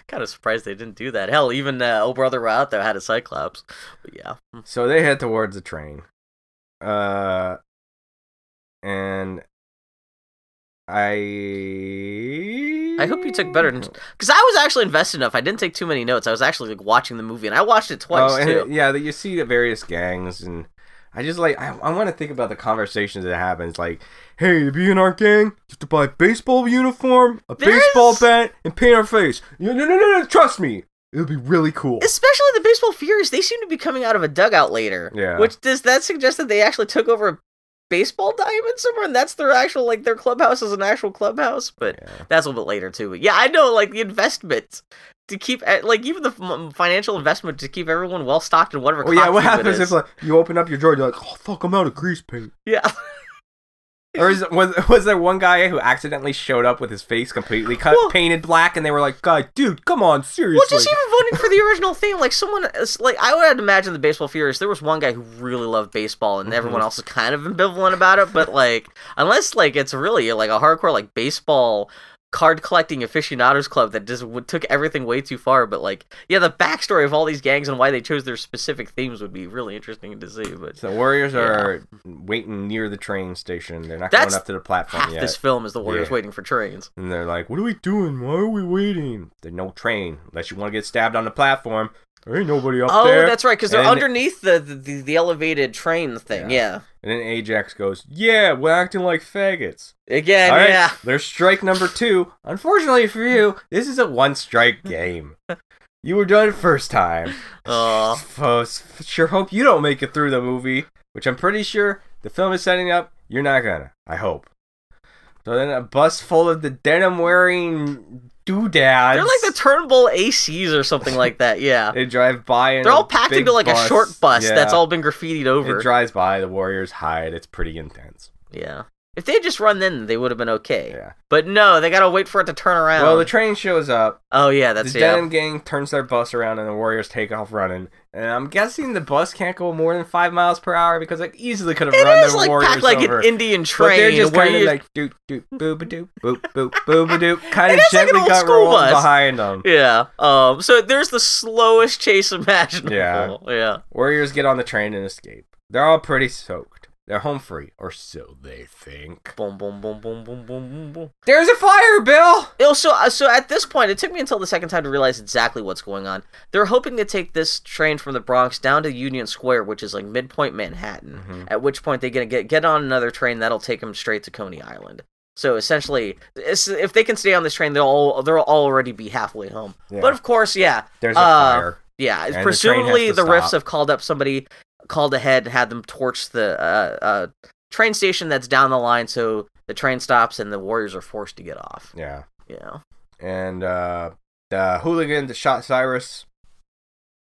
A: kind of surprised they didn't do that hell even uh, oh brother we're out there had a cyclops but yeah
B: So they head towards the train. Uh and I
A: I hope you took better than- because i was actually invested enough i didn't take too many notes i was actually like watching the movie and i watched it twice
B: Oh, and
A: too
B: it- yeah, that you see the various gangs and I just like I, I want to think about the conversations that happens. Like, hey, to be in our gang, you have to buy a baseball uniform, a
A: There
B: baseball
A: is-
B: bat, and paint our face. No, no, no, no, no, trust me, it'll be really cool.
A: Especially the baseball furies, they seem to be coming out of a dugout later.
B: Yeah.
A: Which does that suggest that they actually took over a baseball diamond somewhere and that's their actual like their clubhouse is an actual clubhouse? But
B: Yeah.
A: that's a little bit later too. But yeah, I know like the investment to keep eh, like even the f- financial investment to keep everyone well stocked in whatever.
B: Oh yeah,
A: costume
B: what
A: it
B: happens
A: is.
B: if like you open up your drawer, you're like, oh fuck, I'm out of grease paint.
A: yeah.
B: Or is, was was there one guy who accidentally showed up with his face completely cut,
A: Well-
B: painted black, and they were like, "God, dude, come on, seriously."
A: Well, just even voting for the original theme, like someone, uh, like I would imagine the baseball furious. There was one guy who really loved baseball, and everyone
B: Mhm.
A: else is kind of ambivalent about it. But like, unless like it's really like a hardcore like baseball card collecting aficionados club that just would, took everything way too far. But like, yeah, the backstory of all these gangs and why they chose their specific themes would be really interesting to see. But
B: So Warriors are waiting near the train station. They're not
A: That's
B: going up to the platform
A: half
B: yet.
A: this film is the Warriors
B: Yeah.
A: waiting for trains.
B: And they're like, "What are we doing? Why are we waiting?" There's no train unless you want to get stabbed on the platform. There ain't nobody up
A: oh,
B: there.
A: that's right, because they're
B: And-
A: underneath the, the the elevated train thing. Yeah.
B: And then Ajax goes, "Yeah, we're acting like faggots."
A: Again,
B: All right,
A: yeah.
B: There's strike number two. Unfortunately for you, this is a one-strike game. You were done first time.
A: Aw.
B: Fo- sure hope you don't make it through the movie, which I'm pretty sure the film is setting up. You're not gonna. I hope. So then a bus full of the denim wearing doodads.
A: They're like the Turnbull ACs or something like that. Yeah,
B: they drive by and
A: they're all packed into like a short bus that's all been graffitied
B: It
A: over.
B: drives by. The warriors hide. It's pretty intense.
A: yeah, if they had just run then, they would have been okay.
B: Yeah.
A: But no, they gotta wait for it to turn around.
B: Well, the train shows up.
A: oh yeah, that's
B: the
A: yeah.
B: denim gang turns their bus around, and the warriors take off running. And I'm guessing the bus can't go more than five miles per hour because they easily could have run
A: It is
B: the
A: like
B: warriors
A: packed like
B: over.
A: an Indian
B: But
A: train.
B: they're just
A: where
B: kind of
A: you-
B: like doop doop booba doop boop boop booba doop, kind
A: It
B: of
A: is like an
B: gently
A: old
B: got
A: school
B: rolled
A: bus.
B: behind them.
A: yeah. Um. So there's the slowest chase imaginable.
B: Yeah.
A: Yeah.
B: Warriors get on the train and escape. They're all pretty soaked. They're home free, or so they think.
A: Boom. Boom. Boom. Boom. Boom. Boom. Boom. Boom.
B: There's a fire, Bill.
A: Oh, so uh, so at this point, it took me until the second time to realize exactly what's going on. They're hoping to take this train from the Bronx down to Union Square, which is like midpoint Manhattan.
B: Mm-hmm.
A: At which point they're gonna get get on another train that'll take them straight to Coney Island. So essentially, it's- if they can stay on this train, they'll all, they'll already be halfway home.
B: Yeah.
A: But of course, yeah,
B: There's a
A: uh,
B: fire.
A: yeah,
B: And the train
A: presumably
B: has
A: the,
B: to
A: Rifts
B: stop.
A: have called up somebody, called ahead, had them torch the uh, uh, train station that's down the line, so the train stops and the Warriors are forced to get off.
B: Yeah,
A: Yeah.
B: and uh, the hooligan that shot Cyrus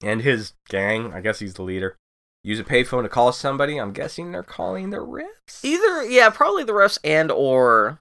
B: and his gang. I guess he's the leader. Use a payphone to call somebody. I'm guessing they're calling the Rips.
A: Either yeah, probably the refs and or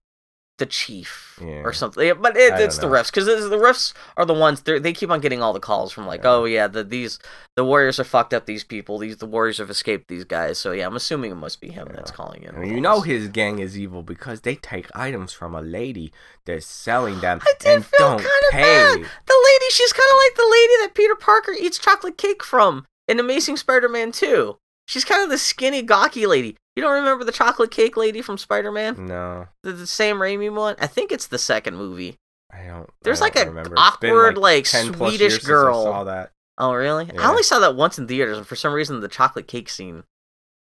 A: the chief
B: Yeah.
A: or something. Yeah, but it,
B: I
A: it's the
B: don't know.
A: refs because the refs are the ones they're- they keep on getting all the calls from like,
B: Yeah.
A: oh yeah, the, these the Warriors have fucked up these people. These the Warriors have escaped these guys. So yeah, I'm assuming it must be him that's
B: Yeah.
A: calling in.
B: I mean,
A: all
B: you know
A: this.
B: his gang is evil because they take items from a lady that's selling them
A: I did
B: and
A: feel
B: don't
A: kinda
B: pay.
A: bad. the lady. She's kind of like the lady that Peter Parker eats chocolate cake from in Amazing Spider-Man Two. She's kind of the skinny, gawky lady. You don't remember the chocolate cake lady from
B: Mm.
A: Spider-Man?
B: No,
A: The, the same Raimi one? I think it's the second movie.
B: I don't.
A: There's
B: I
A: like
B: don't
A: an
B: remember. It's been,
A: awkward, like,
B: 10 plus years
A: Swedish
B: since I saw
A: girl.
B: that
A: Oh, really? I
B: Yeah.
A: only saw that once in theaters, and for some reason, the chocolate cake scene.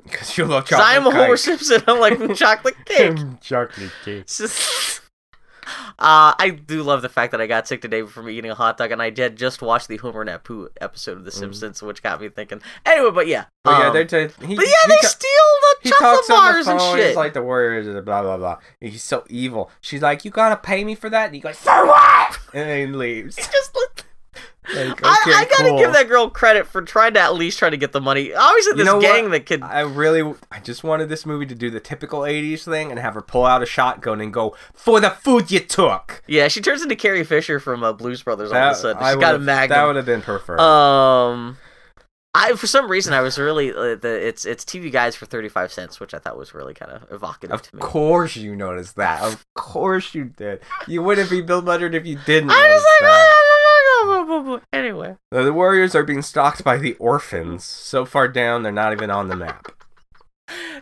B: because you love
A: 'Cause
B: chocolate.
A: I am a
B: cake.
A: Homer Simpson. I'm like "Mm, chocolate cake.
B: chocolate cake.
A: It's just- uh, I do love the fact that I got sick today from eating a hot dog, and I did just watch the Homer Napoo episode of The
B: Mhm.
A: Simpsons, which got me thinking. Anyway, but yeah,
B: But yeah,
A: um,
B: they're t- he,
A: but yeah,
B: he
A: they
B: ta-
A: steal the
B: he
A: chocolate
B: talks on the
A: bars
B: phone.
A: and
B: He's
A: shit.
B: like the warriors, and blah blah blah. He's so evil. She's like, "You gotta pay me for that." And he goes, "For what?" And then he leaves.
A: It's just like-
B: Like, okay,
A: I, I gotta
B: cool.
A: give that girl credit for trying to at least try to get the money. Obviously,
B: You
A: this
B: know what?
A: gang that could
B: I really, I just wanted this movie to do the typical '80s thing and have her pull out a shotgun and go for the food you took.
A: Yeah, she turns into Carrie Fisher from uh, Blues Brothers all of a sudden.
B: I
A: She's got a
B: would've- That would
A: magnum.
B: have been preferred.
A: Um, I for some reason I was really uh, the it's it's TV guys for thirty five cents, which I thought was really kind of evocative
B: of
A: to me.
B: course you noticed that. Of course you did. You wouldn't be Bill Mudgered if you didn't.
A: I was
B: notice
A: like, "Oh, "Ah!"
B: that.
A: anyway,
B: The Warriors are being stalked by the orphans. So far down, they're not even on the map.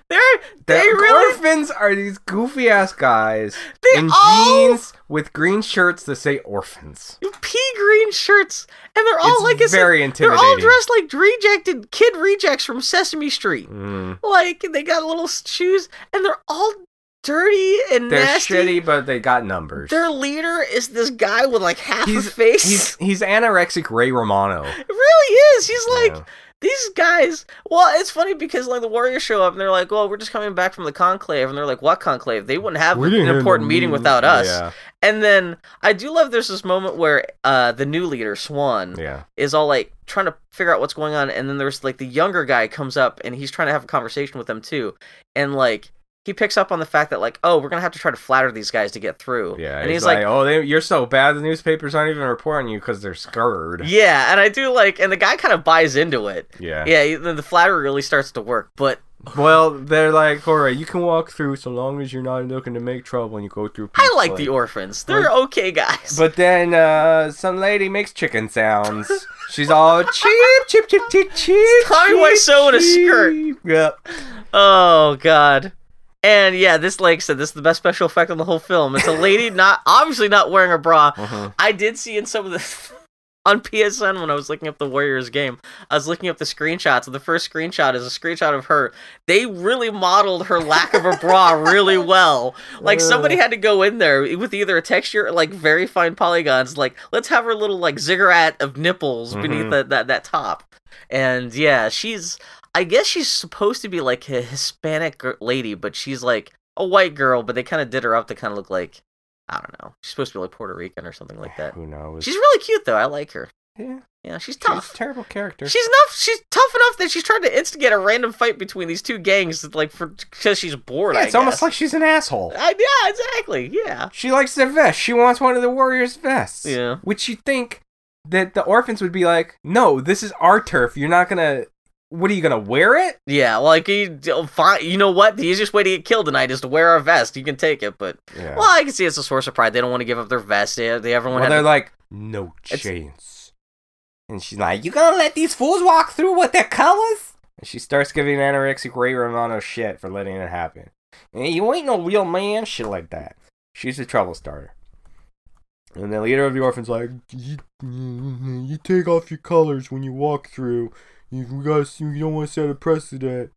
A: they're
B: The
A: they really
B: orphans are these goofy ass guys
A: they
B: in
A: all
B: jeans with green shirts that say orphans.
A: pea green shirts, and they're all
B: it's
A: like it's
B: very
A: they're
B: intimidating.
A: all dressed like rejected kid rejects from Sesame Street.
B: Mm.
A: Like they got little shoes, and they're all dirty and
B: They're
A: nasty.
B: shitty, but they got numbers.
A: Their leader is this guy with like half a
B: He's-
A: face.
B: He's he's anorexic Ray Romano.
A: it really is. He's like
B: Yeah.
A: these guys. Well, it's funny because like the Warriors show up and they're like, "Well, we're just coming back from the conclave," and they're like, "What conclave? They wouldn't have
B: We
A: an
B: didn't have
A: important
B: no
A: meeting
B: meetings.
A: without us."
B: Yeah,
A: And then I do love there's this moment where uh, the new leader Swan
B: yeah.
A: is all like trying to figure out what's going on, and then there's like the younger guy comes up and he's trying to have a conversation with them too, and like. He picks up on the fact that like, oh, we're gonna have to try to flatter these guys to get through.
B: Yeah,
A: and he's like,
B: "Oh, they, you're so bad. The newspapers aren't even reporting you because they're scared."
A: Yeah, and I do like, and the guy kind of buys into it.
B: Yeah.
A: Yeah, then the flattery really starts to work. But
B: Well, they're like, "All right, you can walk through so long as you're not looking to make trouble." And you go through.
A: I
B: Pete's
A: like
B: Lake."
A: the orphans; they're okay guys.
B: But then uh, some lady makes chicken sounds. She's all cheep, cheep, cheep, cheep, cheep.
A: Tommy
B: cheep,
A: Wiseau in a skirt.
B: cheep." Yep.
A: oh god, and yeah, this like I said, this is the best special effect on the whole film. It's a lady not obviously not wearing a bra.
B: Uh-huh.
A: I did see in some of the on PSN when I was looking up the Warriors game, I was looking up the screenshots, and the first screenshot is a screenshot of her. They really modeled her lack of a bra really well. Like
B: Uh,
A: somebody had to go in there with either a texture or like very fine polygons. Like let's have her little like ziggurat of nipples beneath
B: Mhm.
A: that, that that top. And yeah, she's I guess she's supposed to be like a Hispanic gir- lady, but she's like a white girl. But they kind of did her up to kind of look like I don't know. She's supposed to be like Puerto Rican or something like that.
B: Who knows?
A: She's really cute though. I like her.
B: yeah,
A: Yeah, she's
B: she's
A: tough.
B: a terrible character.
A: She's enough. She's tough enough that she's trying to instigate a random fight between these two gangs, like for because she's bored.
B: yeah,
A: I
B: it's almost
A: guess.
B: like she's an asshole.
A: I, yeah, exactly. Yeah.
B: She likes the vest. She wants one of the warriors' vests.
A: Yeah.
B: Which you think that the orphans would be like, "No, this is our turf. You're not gonna. What are you gonna wear it?"
A: Yeah, well, like you, fine, you know what? The easiest way to get killed tonight is to wear a vest. You can take it, but
B: Yeah.
A: well, I can see it's a source of pride. They don't want to give up their vest. They, they everyone
B: Well,
A: had
B: they're
A: to-
B: like, no
A: It's-
B: chance. And she's like, you gonna let these fools walk through with their colors? And she starts giving anorexic Ray Romano shit for letting it happen. And you ain't no real man, shit like that. She's a trouble starter. And the leader of the orphans like, you, you take off your colors when you walk through. You, we gotta, you don't want to set a precedent.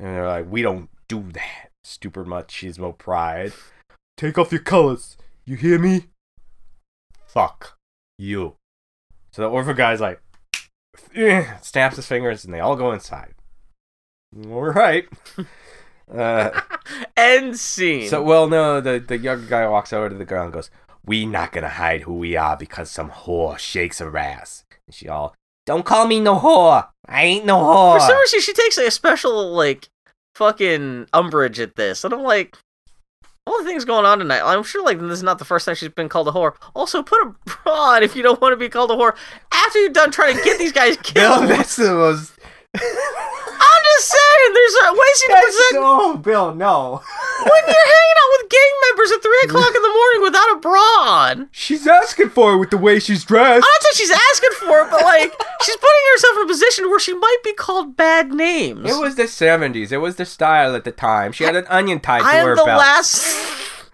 B: And they're like, we don't do that. Stupid machismo pride. Take off your colors. You hear me? fuck you. So the orphan guy's like, "Eh," snaps his fingers, and they all go inside. All right. Uh,
A: end scene.
B: so well, no, the the younger guy walks over to the girl and goes, "We not gonna hide who we are because some whore shakes her ass." And she all, "Don't call me no whore. I ain't no
A: for some
B: whore."
A: reason, she takes like, a special like fucking umbrage at this, and I'm like, all the things going on tonight. I'm sure like this is not the first time she's been called a whore. Also, put a bra on if you don't want to be called a whore after you're done trying to get these guys
B: Bill,
A: killed.
B: that's the most.
A: I'm just saying, there's a ways you
B: That's
A: present
B: so. Bill, no.
A: when you're hanging out with gang members at three o'clock in the morning without a bra on.
B: She's asking for it with the way she's dressed.
A: I'm not saying she's asking for it, but like she's putting herself in a position where she might be called bad names.
B: It was the 70s. It was the style at the time. She had an onion tied to
A: I
B: her
A: am the
B: belt.
A: last.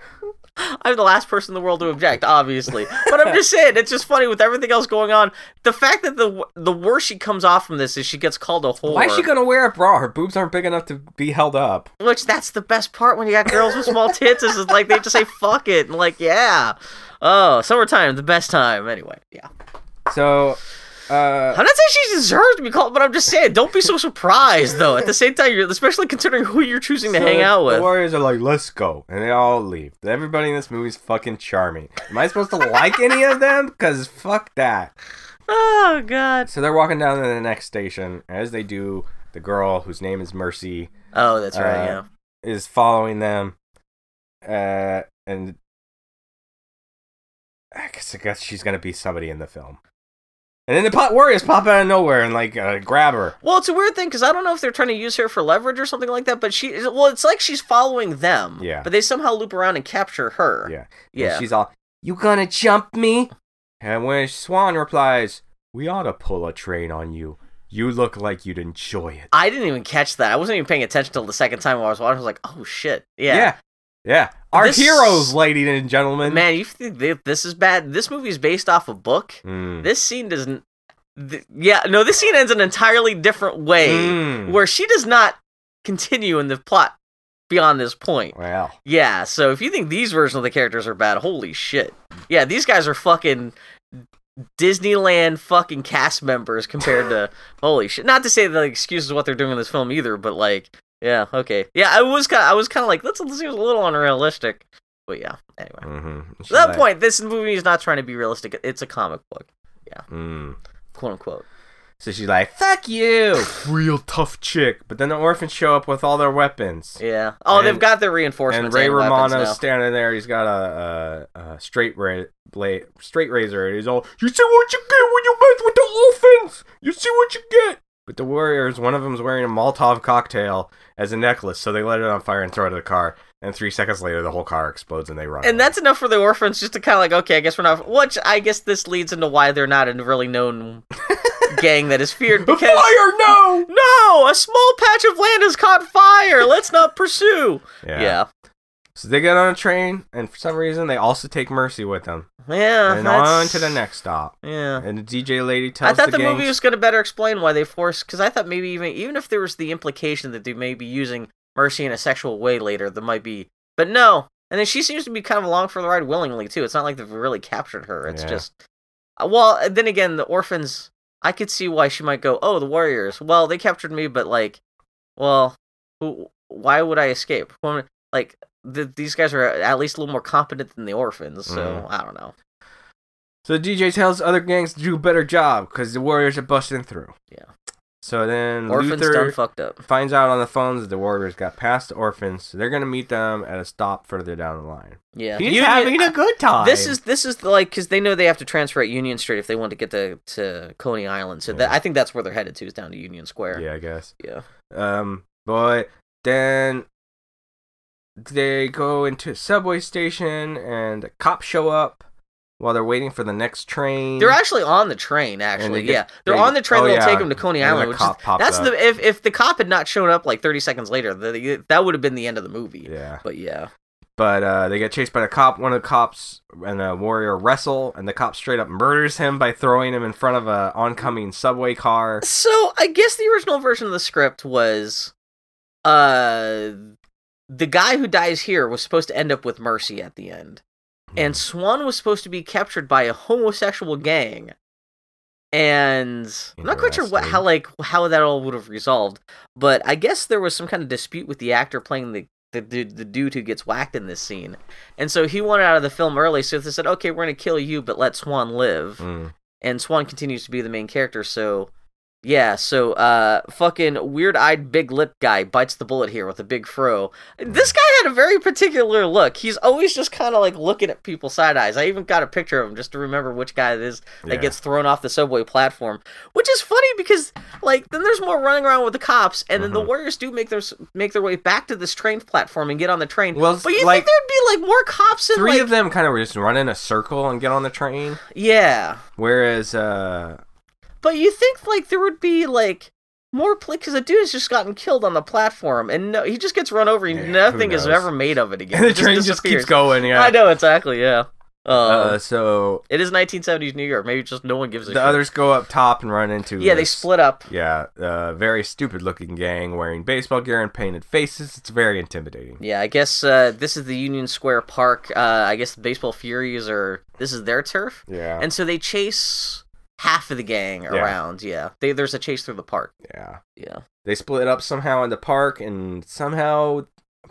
A: I'm the last person in the world to object, obviously. But I'm just saying, it's just funny with everything else going on. The fact that the the worst she comes off from this is she gets called a whore.
B: Why is she gonna wear a bra? Her boobs aren't big enough to be held up.
A: Which that's the best part when you got girls with small tits is it's like they just say fuck it and like yeah. Oh, summertime, the best time. Anyway, yeah.
B: So, uh,
A: I'm not saying she deserves to be called, but I'm just saying, don't be so surprised though. At the same time, you're especially considering who you're choosing to
B: so
A: hang out with.
B: The Warriors are like, let's go, and they all leave. Everybody in this movie's fucking charming. Am I supposed to like any of them? Cause fuck that.
A: Oh god.
B: So they're walking down to the next station. As they do, the girl whose name is Mercy
A: Oh, that's right.
B: Uh,
A: yeah.
B: is following them. Uh, and I guess I guess she's gonna be somebody in the film. And then the pot warriors pop out of nowhere and like uh, grab her.
A: Well, it's a weird thing because I don't know if they're trying to use her for leverage or something like that. But she, well, it's like she's following them.
B: Yeah.
A: But they somehow loop around and capture her.
B: Yeah. And
A: Yeah.
B: she's all, "You gonna jump me?" And when Swan replies, "We ought to pull a train on you. You look like you'd enjoy it."
A: I didn't even catch that. I wasn't even paying attention till the second time while I was watching. I was like, oh shit. Yeah.
B: Yeah. Yeah. Our
A: This-
B: heroes, ladies and gentlemen.
A: Man, you think th- this is bad? This movie is based off a book.
B: Mm.
A: This scene doesn't. Th- yeah. No, this scene ends an entirely different way
B: Mm.
A: where she does not continue in the plot beyond this point.
B: Well.
A: Yeah, so if you think these versions of the characters are bad, holy shit. Yeah, these guys are fucking Disneyland fucking cast members compared to holy shit. Not to say that like, excuses what they're doing in this film either, but like yeah, okay. Yeah, I was kind of, I was kind of like that's this seems a little unrealistic. But yeah, anyway.
B: Mm-hmm.
A: At that point, this movie is not trying to be realistic. It's a comic book,
B: Mm.
A: quote unquote.
B: So she's like, "Fuck you, real tough chick." But then the orphans show up with all their weapons,
A: Yeah. Oh,
B: And-
A: they've got their reinforcements.
B: and Ray
A: weapons
B: Romano's
A: now.
B: standing there. He's got a, a, a straight ra- blade, straight razor, and he's all, "You see what you get when you mess with the orphans. You see what you get." But the warriors, one of them's wearing a Molotov cocktail as a necklace, so they light it on fire and throw it at the car. And three seconds later, the whole car explodes and they run.
A: And
B: away.
A: that's enough for the orphans just to kind of like, okay, I guess we're not. Which I guess this leads into why they're not a really known gang that is feared because.
B: fire, no.
A: No! A small patch of land has caught fire! Let's not pursue! Yeah. Yeah.
B: So they get on a train, and for some reason, they also take Mercy with them, and on
A: Uh, that's-
B: to the next stop.
A: Yeah.
B: And the DJ lady tells
A: I thought
B: the,
A: the,
B: gangs,
A: movie was going to better explain why they forced. Because I thought maybe even even if there was the implication that they may be using Mercy in a sexual way later, that might be. But no. And then she seems to be kind of along for the ride willingly too. It's not like they've really captured her. It's
B: Yeah.
A: just. Uh, Well, then again, the orphans. I could see why she might go. Oh, the warriors. Well, they captured me, but like, well, who, why would I escape? Who am I- Like th- these guys are at least a little more competent than the orphans. So
B: Mhm.
A: I don't know.
B: So the DJ tells other gangs to do a better job because the warriors are busting through.
A: Yeah.
B: So then
A: Orphans done
B: Luther
A: fucked up.
B: finds out on the phones that the warriors got past the orphans, so they're gonna meet them at a stop further down the line.
A: Yeah,
B: He's
A: Union-
B: having a good time.
A: This is this is like because they know they have to transfer at Union Street if they want to get to to Coney Island. So that
B: Yeah.
A: I think that's where they're headed to is down to Union Square.
B: Mm. yeah, I guess.
A: Yeah.
B: Um, but then they go into a subway station and cops show up while they're waiting for the next train.
A: They're actually on the train. Actually,
B: get-
A: yeah, they're
B: they-
A: on the train
B: oh,
A: that'll
B: yeah.
A: take them to Coney
B: And then
A: Island.
B: the
A: Which
B: cop
A: is,
B: pops
A: that's
B: up.
A: the if if the cop had not shown up like thirty seconds later, the, that would have been the end of the movie.
B: yeah.
A: But yeah,
B: but uh, they get chased by the cop. One of the cops and a warrior wrestle, and the cop straight up murders him by throwing him in front of a oncoming subway car.
A: so I guess the original version of the script was, uh, the guy who dies here was supposed to end up with Mercy at the end.
B: Hmm.
A: and Swan was supposed to be captured by a homosexual gang. And I'm not quite sure what
B: Interesting.
A: how like how that all would have resolved, but I guess there was some kind of dispute with the actor playing the the, the, the dude who gets whacked in this scene, and so he wanted out of the film early. So they said, "Okay, we're gonna kill you, but let Swan live."
B: Mm.
A: And Swan continues to be the main character, so Yeah, so uh fucking weird-eyed big-lip guy bites the bullet here with a big fro. This guy had a very particular look. He's always just kind of like looking at people side eyes. I even got a picture of him just to remember which guy it is that
B: Yeah.
A: gets thrown off the subway platform, which is funny because like then there's more running around with the cops and then the
B: Mhm.
A: warriors do make their s- make their way back to this train platform and get on the train.
B: Well,
A: but you think
B: like-
A: there'd be like more cops and
B: Three
A: like
B: of them kind of were just run in a circle and get on the train,
A: yeah.
B: whereas uh,
A: But you think like there would be like more play because the dude has just gotten killed on the platform, and no, he just gets run over, and
B: Yeah, who
A: nothing is
B: knows?
A: ever made of it again.
B: the
A: It
B: train just keeps
A: disappears.
B: going. Yeah.
A: I know exactly. Yeah. Uh,
B: Uh, so
A: it is 1970s New York. Maybe just no one gives a
B: the
A: shit.
B: others go up top and run into.
A: yeah, they
B: this-
A: split up.
B: Yeah, uh, very stupid looking gang wearing baseball gear and painted faces. It's very intimidating.
A: Yeah, I guess uh, this is the Union Square Park. Uh, I guess the Baseball Furies are this is their turf,
B: Yeah.
A: and so they chase half of the gang around. Yeah, they, there's a chase through the park.
B: yeah.
A: Yeah,
B: They split up somehow in the park, and somehow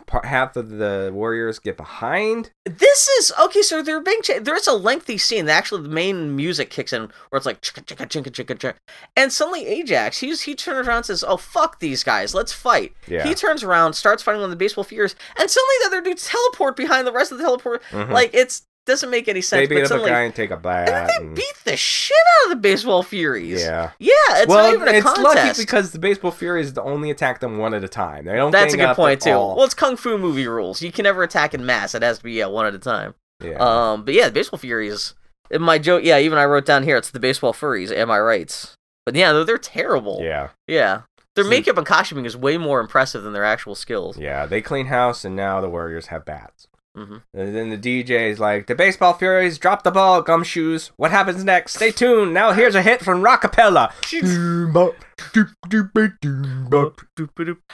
B: par- half of the warriors get behind.
A: This is okay. So they're being cha- there's a lengthy scene. Actually, the main music kicks in where it's like chicka chicka chicka chicka chicka, and suddenly Ajax he's he turns around and says, "Oh fuck these guys, let's fight."
B: Yeah.
A: He turns around, starts fighting on the baseball fears, and suddenly the other dudes teleport behind the rest of the teleport.
B: Mhm.
A: Like it's doesn't make any sense.
B: they beat
A: but
B: up
A: suddenly,
B: a guy and take a bat.
A: and then they
B: and-
A: beat the shit out of the baseball furies.
B: yeah.
A: yeah, it's
B: well,
A: not even a
B: it's
A: contest.
B: lucky because the baseball fury is to only attack them one at a time. They don't.
A: That's a
B: gang
A: good
B: up
A: point
B: at
A: too.
B: all.
A: Well, it's kung fu movie rules. You can never attack in mass. It has to be yeah, one at a time.
B: yeah.
A: Um, but yeah, the baseball furies. in My joke, yeah, even I wrote down here. It's the baseball furries. Am I right? But yeah, they're, they're terrible.
B: yeah,
A: Yeah. Their
B: So-
A: makeup and costuming is way more impressive than their actual skills.
B: yeah. They clean house, and now the warriors have bats.
A: Mhm.
B: And then the DJ is like, "The baseball furies drop the ball, gumshoes. What happens next? Stay tuned. Now here's a hit from Rockapella." Doom-bop, doop-doop-a, doom-bop.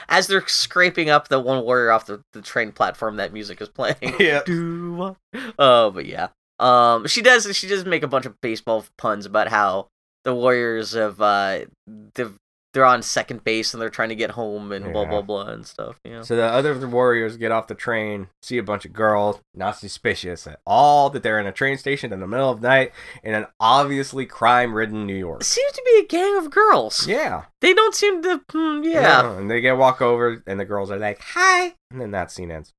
A: As they're scraping up the one warrior off the, the train platform, that music is playing.
B: yeah.
A: Do uh, but yeah. Um, she does. She does make a bunch of baseball puns about how the Warriors have uh, they've- they're on second base and they're trying to get home and blah
B: Yeah.
A: blah blah and stuff. Yeah.
B: So the other warriors get off the train, see a bunch of girls, not suspicious at all that they're in a train station in the middle of night in an obviously crime-ridden New York.
A: It seems to be a gang of girls.
B: Yeah.
A: They don't seem to. hmm, yeah.
B: And they get walk over, and the girls are like, "Hi," and then that scene ends.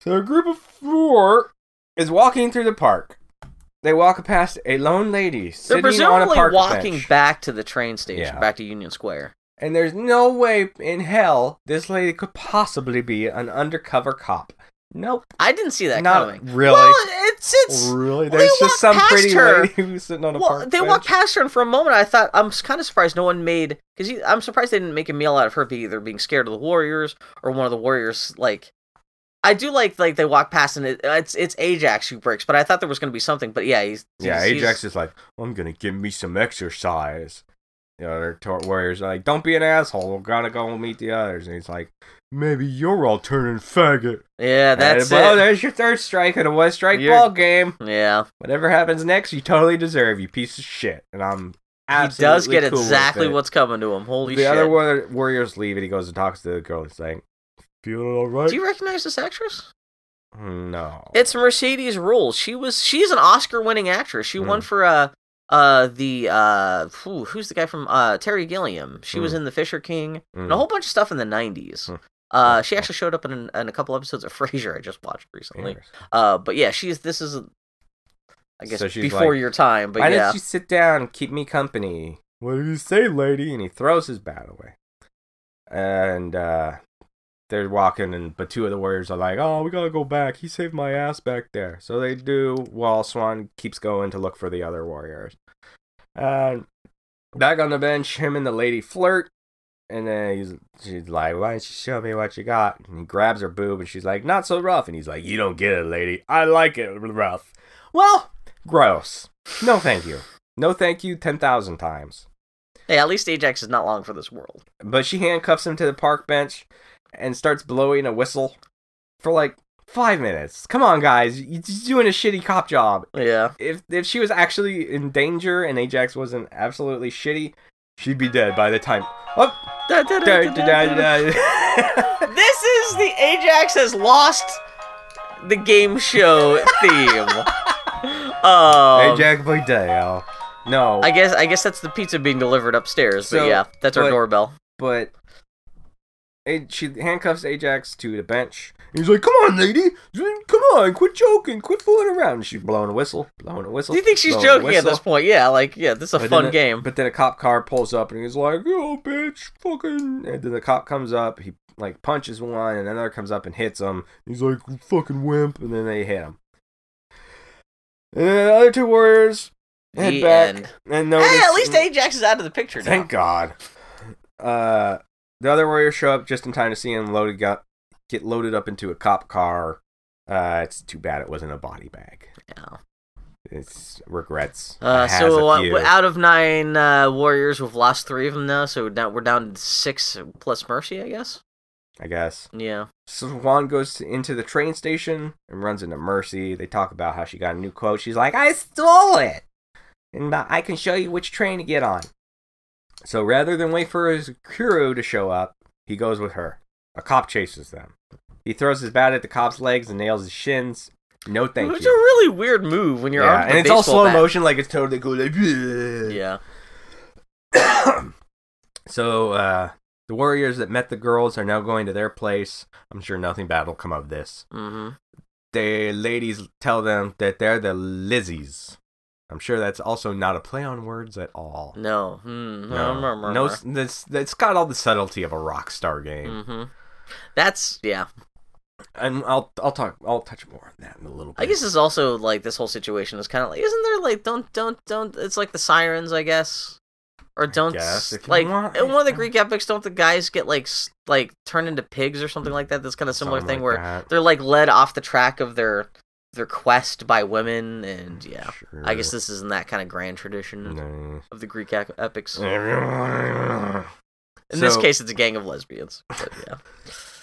B: So a group of four is walking through the park. They walk past a lone lady
A: They're
B: sitting on a
A: presumably
B: park
A: walking
B: bench.
A: back to the train station,
B: Yeah.
A: back to Union Square.
B: And there's no way in hell this lady could possibly be an undercover cop. Nope,
A: I didn't see that
B: not
A: coming.
B: really.
A: Well, it's it's.
B: really,
A: they
B: there's
A: walked
B: just some
A: past
B: pretty
A: her.
B: lady who's sitting on a
A: Well,
B: park
A: they
B: bench.
A: walked past her, and for a moment, I thought I'm kind of surprised no one made because I'm surprised they didn't make a meal out of her be either being scared of the Warriors or one of the Warriors. Like, I do like like they walk past and it, it's it's Ajax who breaks, but I thought there was going to be something. But yeah, he's,
B: Yeah,
A: he's-
B: Ajax is like, I'm gonna give me some exercise. The other tor- warriors are like, Don't be an asshole. We're gonna go and meet the others. And he's like, Maybe you're all turning faggot.
A: he's- yeah, that's
B: and, well,
A: it.
B: there's your third strike in a one strike
A: You're-
B: ball game.
A: Yeah,
B: Whatever happens next, you totally deserve. You piece of shit. And I'm
A: he does
B: absolutely
A: get
B: cool with
A: exactly
B: it.
A: what's coming to him. Holy
B: the
A: shit!
B: other war- warriors leave, and he goes and talks to the girl. He's like, Feeling all right? Mm,
A: do you recognize this actress?
B: No.
A: It's Mercedes Rule. She was she's an Oscar-winning actress. She
B: Hmm.
A: won for uh uh the uh phew, who's the guy from uh Terry Gilliam. She was in The Fisher King and a
B: Mm.
A: whole bunch of stuff in the 90s.
B: Hmm.
A: Uh, she actually showed up in, in a couple episodes of Frasier I just watched recently.
B: Interesting.
A: Uh, but yeah, she's this is, I guess,
B: So she's
A: before
B: like,
A: your time.
B: Why
A: But
B: do
A: yeah,
B: not you sit down and keep me company? What do you say, lady? And he throws his bat away. And uh, they're walking, and but two of the warriors are like, "Oh, we gotta go back. He saved my ass back there." So they do. While Swan keeps going to look for the other warriors. And back on the bench, him and the lady flirt, and then he's she's like, "Why don't you show me what you got?" And he grabs her boob, and she's like, "Not so rough." And he's like, "You don't get it, lady. I like it rough." Well, gross. No, thank you. No, thank you. Ten thousand times.
A: hey, at least Ajax is not long for this world.
B: But she handcuffs him to the park bench and starts blowing a whistle for like five minutes. Come on, guys. You're just doing a shitty cop job
A: Yeah,
B: if if she was actually in danger and Ajax wasn't absolutely shitty, she'd be dead by the time. Oh,
A: Da- da- da- da-
B: da- da-
A: da- da-
B: da- da-
A: this is the Ajax has lost the game show theme. Um,
B: Ajax by Dale. No,
A: I guess I guess that's the pizza being delivered upstairs.
B: So,
A: but yeah, that's
B: but-
A: our doorbell.
B: but A- she handcuffs Ajax to the bench. And he's like, "Come on, lady, come on, quit joking, quit fooling around." And she's blowing a whistle, blowing a whistle.
A: Do you think she's
B: blowing a
A: joking at
B: whistle.
A: this point? Yeah, like yeah, this is a
B: But then
A: fun
B: it-
A: game.
B: But then a cop car pulls up and he's like, "Yo, bitch, fucking!" And then the cop comes up, he like punches one, and another comes up and hits him. He's like, "Fucking wimp!" And then they hit him. And then the other two warriors head
A: The
B: back
A: end.
B: and
A: Hey,
B: notice.
A: at least Ajax is out of the picture now.
B: Thank God. Uh, the other warriors show up just in time to see him loaded gu- get loaded up into a cop car. Uh, it's too bad it wasn't a body bag.
A: Yeah.
B: It's regrets.
A: Uh,
B: It has
A: so
B: a
A: uh,
B: few.
A: out of nine uh, warriors, we've lost three of them now. So now we're down to six plus Mercy, I guess.
B: I guess.
A: Yeah.
B: Swan goes to- into the train station and runs into Mercy. They talk about how she got a new quote. She's like, I stole it! And uh, I can show you which train to get on. So rather than wait for his Kuro to show up, he goes with her. A cop chases them. He throws his bat at the cop's legs and nails his shins. No thank
A: It's a
B: you.
A: really weird move when you're
B: yeah,
A: armed with
B: and
A: a
B: it's all
A: baseball
B: slow
A: bat.
B: motion, like it's totally cool. Like, yeah.
A: Yeah.
B: So uh, the warriors that met the girls are now going to their place. I'm sure nothing bad will come of this.
A: hmm
B: the ladies tell them that they're the Lizzies. I'm sure that's also not a play on words at all.
A: No. Hmm.
B: no, no s- this it's got all the subtlety of a rock star game,
A: hmm That's yeah.
B: and I'll I'll talk I'll touch more on that in a little bit.
A: I guess it's also like this whole situation is kind of like, isn't there like don't don't don't? It's like the sirens, I guess, or don't
B: guess, if you
A: like
B: want,
A: in one of the
B: yeah.
A: Greek epics, don't the guys get like s- like turned into pigs or something like that? This kind of similar
B: Something
A: thing
B: like
A: where
B: that.
A: they're like led off the track of their their quest by women, and yeah,
B: Mm, Sure.
A: I guess this is in that kind of grand tradition
B: No.
A: of the Greek ep- epics. In
B: So,
A: this case, it's a gang of lesbians. But yeah,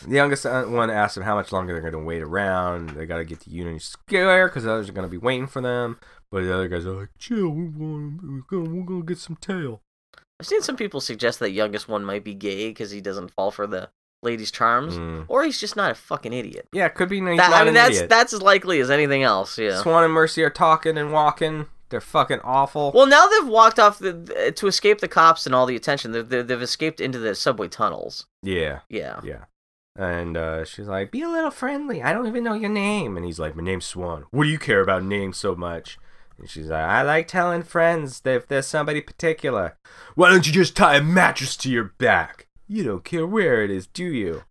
B: the youngest uh, one asks them how much longer they're going to wait around. They got to get to Union Square because others are going to be waiting for them. But the other guys are like, "Chill, we're going, we're going, we're going to get some tail."
A: I've seen some people suggest that youngest one might be gay because he doesn't fall for the lady's charms.
B: Mm.
A: or he's just not a fucking idiot.
B: Yeah, it could be. He's
A: That-
B: not
A: I mean,
B: an
A: that's
B: idiot.
A: that's as likely as anything else. Yeah.
B: Swan and Mercy are talking and walking. They're fucking awful.
A: Well, now they've walked off the, the- to escape the cops and all the attention. They've, they've, they've escaped into the subway tunnels.
B: yeah,
A: Yeah.
B: yeah. And uh, she's like, "Be a little friendly. I don't even know your name." And he's like, "My name's Swan. What do you care about names so much?" And she's like, "I like telling friends that if there's somebody particular. Why don't you just tie a mattress to your back? You don't care where it is, do you?"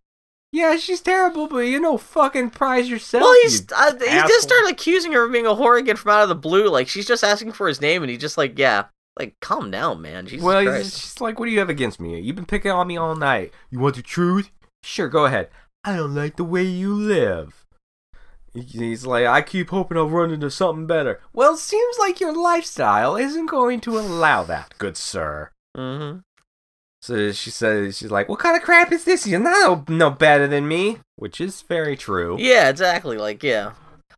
B: Yeah, she's terrible, but you know, fucking prize yourself.
A: Well, he's
B: you
A: uh, he
B: asshole.
A: just started accusing her of being a whore again from out of the blue. Like she's just asking for his name, and he just like, yeah, like calm down, man. Jesus
B: well, he's
A: Christ.
B: just like, what do you have against me? You've been picking on me all night. You want the truth? Sure, go ahead. I don't like the way you live. He's like, I keep hoping I'll run into something better. Well, seems like your lifestyle isn't going to allow that, good sir.
A: hmm
B: So she says, she's like, what kind of crap is this? You're not no better than me, which is very true.
A: Yeah, exactly. Like, yeah.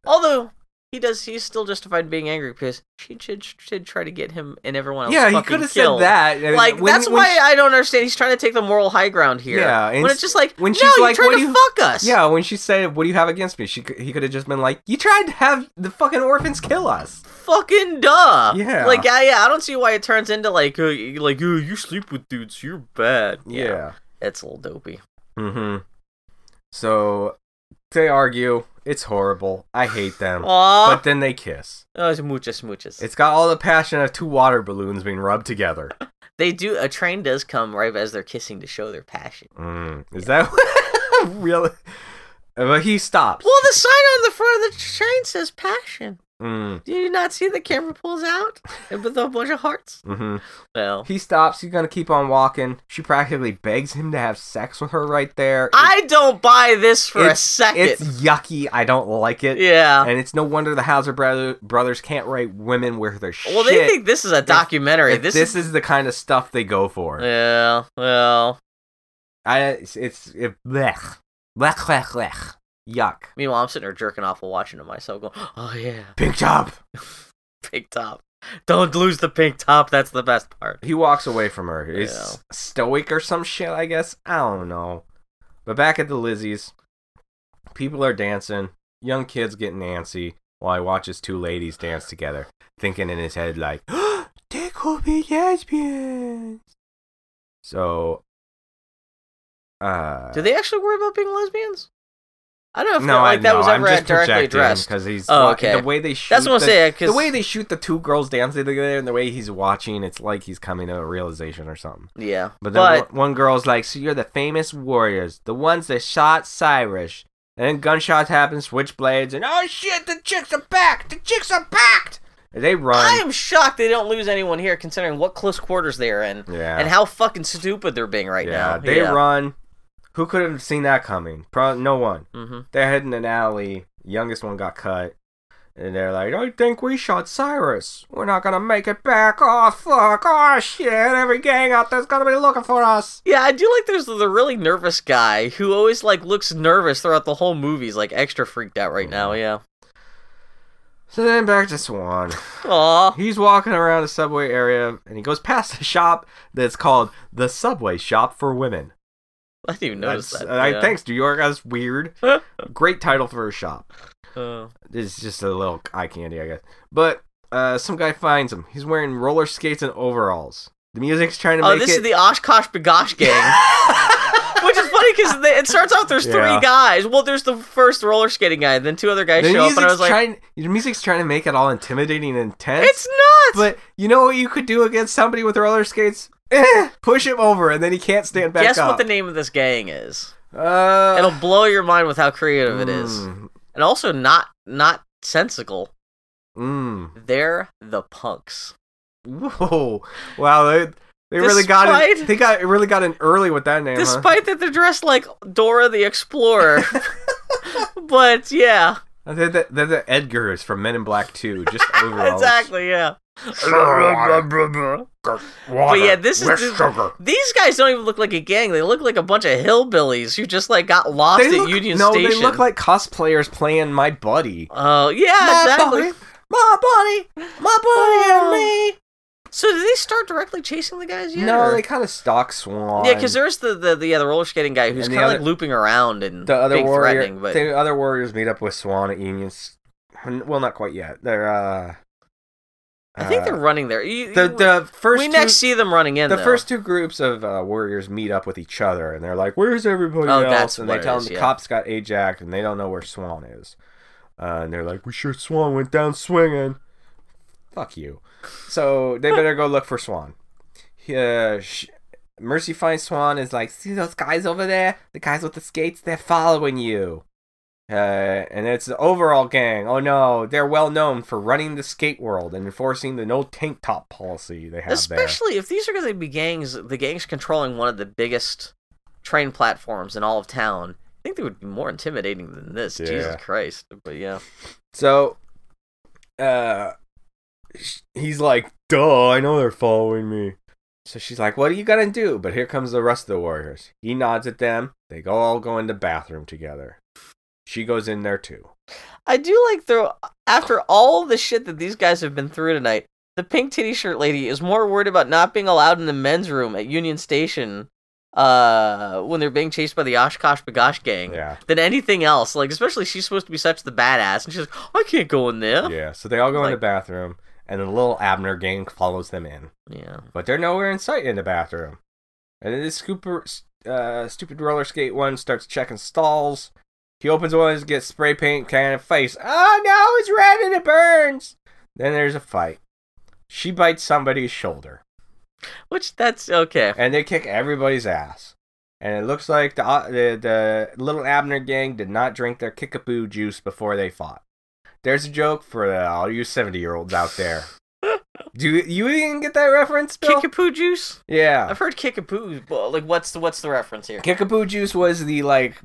A: Although he does, he's still justified in being angry because she should, should try to get him and everyone else.
B: Yeah, he
A: fucking
B: could have said
A: killed.
B: that. And
A: Like
B: when-
A: that's
B: when
A: why
B: she-
A: I don't understand. He's trying to take the moral high ground here.
B: Yeah, and
A: when
B: s-
A: it's just like
B: when
A: when
B: she's
A: she's no,
B: like,
A: you tried
B: "What
A: to
B: do you-"
A: fuck us.
B: Yeah, when she said, "What do you have against me?" She c- he could have just been like, "You tried to have the fucking orphans kill us."
A: fucking duh.
B: Yeah.
A: like I, yeah, I don't see why it turns into like uh, y- like uh, you sleep with dudes, you're bad. it's a little dopey.
B: Mm-hmm. So they argue. It's horrible. I hate them.
A: Aw,
B: But then they kiss.
A: oh, it's muchas muchas.
B: It's got all the passion of two water balloons being rubbed together.
A: they do a train does come right as they're kissing to show their passion.
B: Mm. Is that really? But he stops.
A: Well, the sign on the front of the train says passion.
B: Mm.
A: Do you not see the camera pulls out and with a bunch of hearts?
B: hmm
A: Well,
B: He stops. He's gonna keep on walking. She practically begs him to have sex with her right there.
A: I don't buy this for a
B: It's-
A: second.
B: It's yucky. I don't like it.
A: yeah.
B: And it's no wonder the Hauser brother- brothers can't write women with their shit.
A: Well, they think this is a documentary.
B: Like,
A: this,
B: this
A: is,
B: is the kind of stuff they go for.
A: yeah. Well,
B: I it's it's it, blech. Blech, blech, blech. Yuck.
A: meanwhile, I'm sitting there jerking off while watching it myself, going, "Oh yeah,
B: Pink top.
A: pink top. Don't lose the pink top. That's the best part."
B: He walks away from her. He's
A: Yeah.
B: stoic or some shit, I guess. I don't know. But back at the Lizzie's, people are dancing. Young kids get antsy while he watches two ladies dance together, thinking in his head like, "Dick cool big lesbians. So, uh,
A: Do they actually worry about being lesbians? I don't know if
B: no,
A: that, like
B: I,
A: that
B: no,
A: was
B: I'm
A: ever
B: just
A: directly addressed.
B: because he's
A: Oh,
B: wa-
A: okay.
B: the way they shoot.
A: That's what I'm
B: the,
A: saying. Cause,
B: The way they shoot the two girls dancing together and the way he's watching, it's like he's coming to a realization or something.
A: yeah,
B: But then
A: but
B: one, one girl's like, "So you're the famous warriors, the ones that shot Cyrus." And then gunshots happen, switchblades, and oh shit, the chicks are back. The chicks are packed. And they run.
A: I am shocked they don't lose anyone here, considering what close quarters they are in
B: yeah.
A: and how fucking stupid they're being right
B: yeah.
A: now.
B: They run. Who could have seen that coming? Pro- no one.
A: hmm
B: They're heading an alley. Youngest one got cut. And they're like, I think we shot Cyrus. We're not gonna make it back. Oh fuck. Oh shit. Every gang out there's gonna be looking for us.
A: Yeah, I do like there's the really nervous guy who always like looks nervous throughout the whole movie. He's like extra freaked out right
B: Mm-hmm.
A: now. Yeah.
B: So then back to Swan.
A: Aw.
B: He's walking around a subway area and he goes past a shop that's called the Subway Shop for Women.
A: I didn't even notice
B: That's-
A: that.
B: I,
A: yeah.
B: Thanks, New York. That's weird. Great title for a shop.
A: Uh,
B: It's just a little eye candy, I guess. But uh, some guy finds him. He's wearing roller skates and overalls. The music's trying to
A: oh,
B: make
A: this is
B: it.
A: the Oshkosh Bagosh gang. Which is funny because it starts off there's
B: Yeah.
A: three guys. Well, there's the first roller skating guy, then two other guys
B: the
A: show up, and I
B: music's
A: was like,
B: trying. The music's trying to make it all intimidating and intense.
A: "It's nuts!"
B: but you know what you could do against somebody with roller skates? Eh, push him over, and then he can't stand back
A: Guess
B: up.
A: what the name of this gang is?
B: the? Uh,
A: It'll blow your mind with how creative it is,
B: mm,
A: and also not not sensical.
B: mm.
A: They're the punks.
B: Whoa! Wow, they, they really got it.
A: Despite-
B: They got really got in early with that name. huh?
A: Despite that, they're dressed like Dora the Explorer. but yeah,
B: They're the, they're the Edgars from Men in Black 2, just overall.
A: exactly, yeah.
B: Water,
A: But yeah, this is
B: with
A: the-
B: sugar.
A: These guys don't even look like a gang. They look like a bunch of hillbillies who just like got lost
B: They
A: at
B: look,
A: Union
B: no,
A: Station.
B: they look like cosplayers playing My Buddy.
A: Oh yeah, exactly. Oh.
B: my buddy, my buddy and me.
A: So did they start directly chasing the guys yet?
B: No,
A: or-
B: they kind of stalk Swan.
A: yeah, because there's the the the other roller skating guy who's
B: And the
A: kind of like
B: other-
A: looping around and
B: the other
A: being
B: warrior,
A: threatening, but
B: the other warriors meet up with Swan at Union. S- Well, not quite yet. They're uh,
A: I think
B: uh,
A: they're running there. You-
B: the
A: you-
B: the first
A: we
B: two-
A: next see them running in
B: the
A: though.
B: first two groups of uh, warriors meet up with each other and they're like where's everybody
A: Oh,
B: else
A: that's
B: and
A: what
B: they
A: it
B: tell
A: is,
B: them the
A: yeah.
B: cops got ajacked and they don't know where swan is uh, and they're like we sure swan went down swinging fuck you so they better go look for swan uh, sh- mercy finds swan is like see those guys over there the guys with the skates they're following you uh, and it's the overall gang. Oh no, they're well known for running the skate world and enforcing the no tank top policy they have there.
A: especially if these are going to be gangs, the gangs controlling one of the biggest train platforms in all of town. I think they would be more intimidating than this.
B: Yeah.
A: Jesus Christ! But yeah,
B: So, uh, sh- he's like, duh, I know they're following me. So she's like, what are you gonna do? But here comes the rest of the warriors. He nods at them. They go all go in the bathroom together. She goes in there too.
A: I do like though. After all the shit that these guys have been through tonight, the pink titty shirt lady is more worried about not being allowed in the men's room at Union Station, uh, when they're being chased by the Oshkosh Bagosh gang.
B: Yeah.
A: Than anything else, like especially she's supposed to be such the badass, and she's like, "I can't go in there."
B: Yeah. So they all go in the
A: Like-
B: bathroom, and the little Abner gang follows them in.
A: yeah.
B: But they're nowhere in sight in the bathroom. And then this scooper, uh, stupid roller skate one starts checking stalls. He opens one and gets spray paint can of face. Oh no, it's red and it burns. Then there's a fight. She bites somebody's shoulder,
A: Which that's okay.
B: and they kick everybody's ass. And it looks like the uh, the, the little Abner gang did not drink their kickapoo juice before they fought. There's a joke for uh, all you seventy year olds out there. Do you, you even get that reference, Bill?
A: Kickapoo juice.
B: yeah,
A: I've heard kickapoo. but, Like, what's the what's the reference here?
B: Uh, Kickapoo juice was the like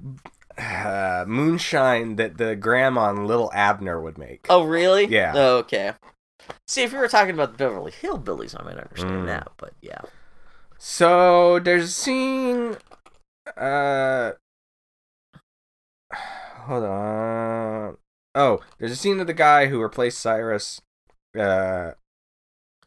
B: uh, moonshine that the grandma and little Abner would make.
A: Oh, really?
B: Yeah.
A: Oh, okay. See, if we were talking about the Beverly Hillbillies, I might understand
B: Mm.
A: that. But yeah.
B: So there's a scene. Uh, hold on. Oh, there's a scene of the guy who replaced Cyrus. Uh,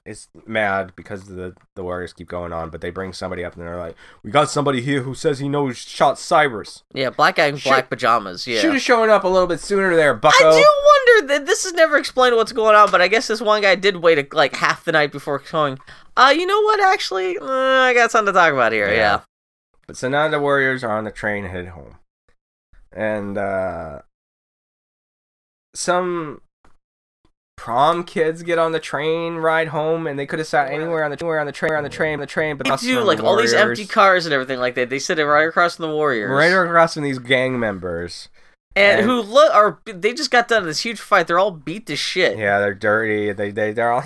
B: is mad because the the Warriors keep going on, but they bring somebody up and they're like, "We got somebody here who says he knows shot Cyrus.
A: Yeah, black guy in
B: Should-
A: black pajamas. Yeah.
B: Should have shown up a little bit sooner, there,
A: I
B: Bucko."
A: do wonder wonder that this is never explained what's going on, but I guess this one guy did wait like half the night before going. Uh, you know what? Actually, uh, I got something to talk about here.
B: Yeah.
A: Yeah.
B: But so now the Warriors are on the train headed home. And uh some prom kids get on the train ride home and they could have sat anywhere on the anywhere on the train on the train on the train but
A: They
B: across
A: do
B: from
A: like
B: the
A: all these
B: Warriors.
A: empty cars and everything like that. They sit it right across from the Warriors,
B: right across from these gang members.
A: and,
B: and-
A: who look are they just got done in this huge fight? They're all beat to shit.
B: Yeah, they're dirty. They they they're all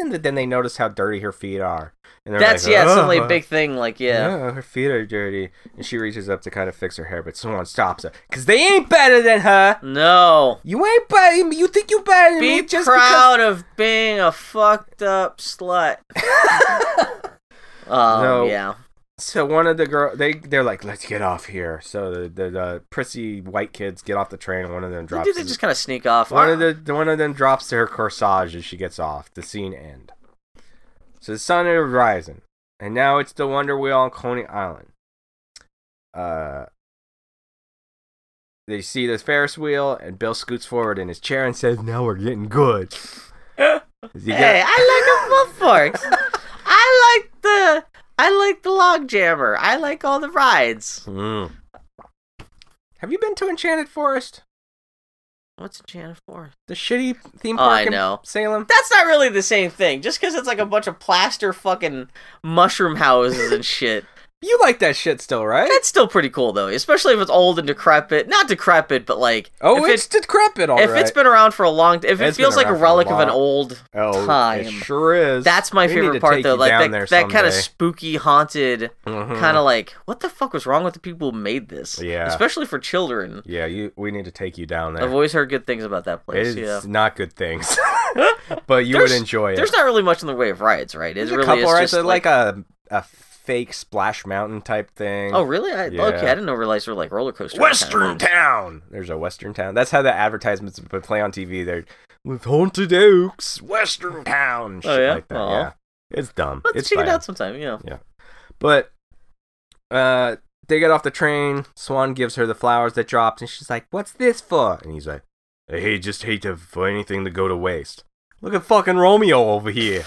B: and then they notice how dirty her feet are. And they're
A: That's
B: like,
A: yeah, it's suddenly a
B: "Ugh."
A: big thing. Like yeah,
B: "Oh, her feet are dirty. And she reaches up to kind of fix her hair, but someone stops her. Because they ain't better than her.
A: no,
B: You ain't better. than me. You think you better than
A: be
B: me just
A: proud of being a fucked up slut.
B: because.
A: Um,
B: No.
A: yeah,
B: so one of the girl, they they're like, let's get off here. So the the, the prissy white kids get off the train. and One of them drops.
A: do they
B: his-
A: just kind of sneak off?
B: one of the, the one of them drops to her corsage as she gets off. The scene end. So the sun is rising, and now it's the Wonder Wheel on Coney Island. Uh, they see this Ferris wheel, and Bill scoots forward in his chair and says, "Now we're getting good." You got-
A: Hey, I like the foot forks. I like the I like the log jammer. I like all the rides.
B: Mm. Have you been to Enchanted Forest?
A: What's a Janet for?
B: The shitty theme
A: Oh,
B: park
A: I
B: in
A: know.
B: Salem?
A: That's not really the same thing. Just because it's like a bunch of plaster fucking mushroom houses and shit.
B: You like that shit still, right?
A: That's still pretty cool though, especially if it's old and decrepit. Not decrepit, but like
B: oh,
A: if
B: it's decrepit, all
A: if
B: right.
A: it's been around for a long, if it
B: It's been
A: feels like a
B: around for a
A: relic of an
B: long-
A: old
B: oh, it
A: time.
B: sure is.
A: That's my
B: We need to
A: favorite part
B: take
A: though.
B: you
A: Like that,
B: down there
A: that kind
B: someday.
A: of spooky haunted
B: Mhm.
A: kind of like what the fuck was wrong with the people who made this?
B: Yeah.
A: Especially for children.
B: Yeah, you. We need to take you down
A: I've
B: there.
A: always heard good things about that place.
B: It's
A: yeah.
B: not good things, but you would
A: There's-
B: enjoy it.
A: There's not really much in the way of rides, right? It
B: There's
A: really
B: a couple
A: is
B: rides
A: just
B: that
A: like,
B: like a a fake splash mountain type thing.
A: oh really? I,
B: Yeah.
A: Okay, I didn't realize they were like roller coasters.
B: Western Town. There's a Western Town. That's how the advertisements would play on TV. They're with haunted oaks, Western Town, shit
A: Oh, yeah?
B: like that.
A: Aw.
B: Yeah, it's dumb.
A: Let's
B: it's
A: check
B: bad.
A: it out sometime. You know.
B: But uh, they get off the train. Swan gives her the flowers that dropped, and she's like, "What's this for?" And he's like, "I hate, just hate to, for anything to go to waste." Look at fucking Romeo over here.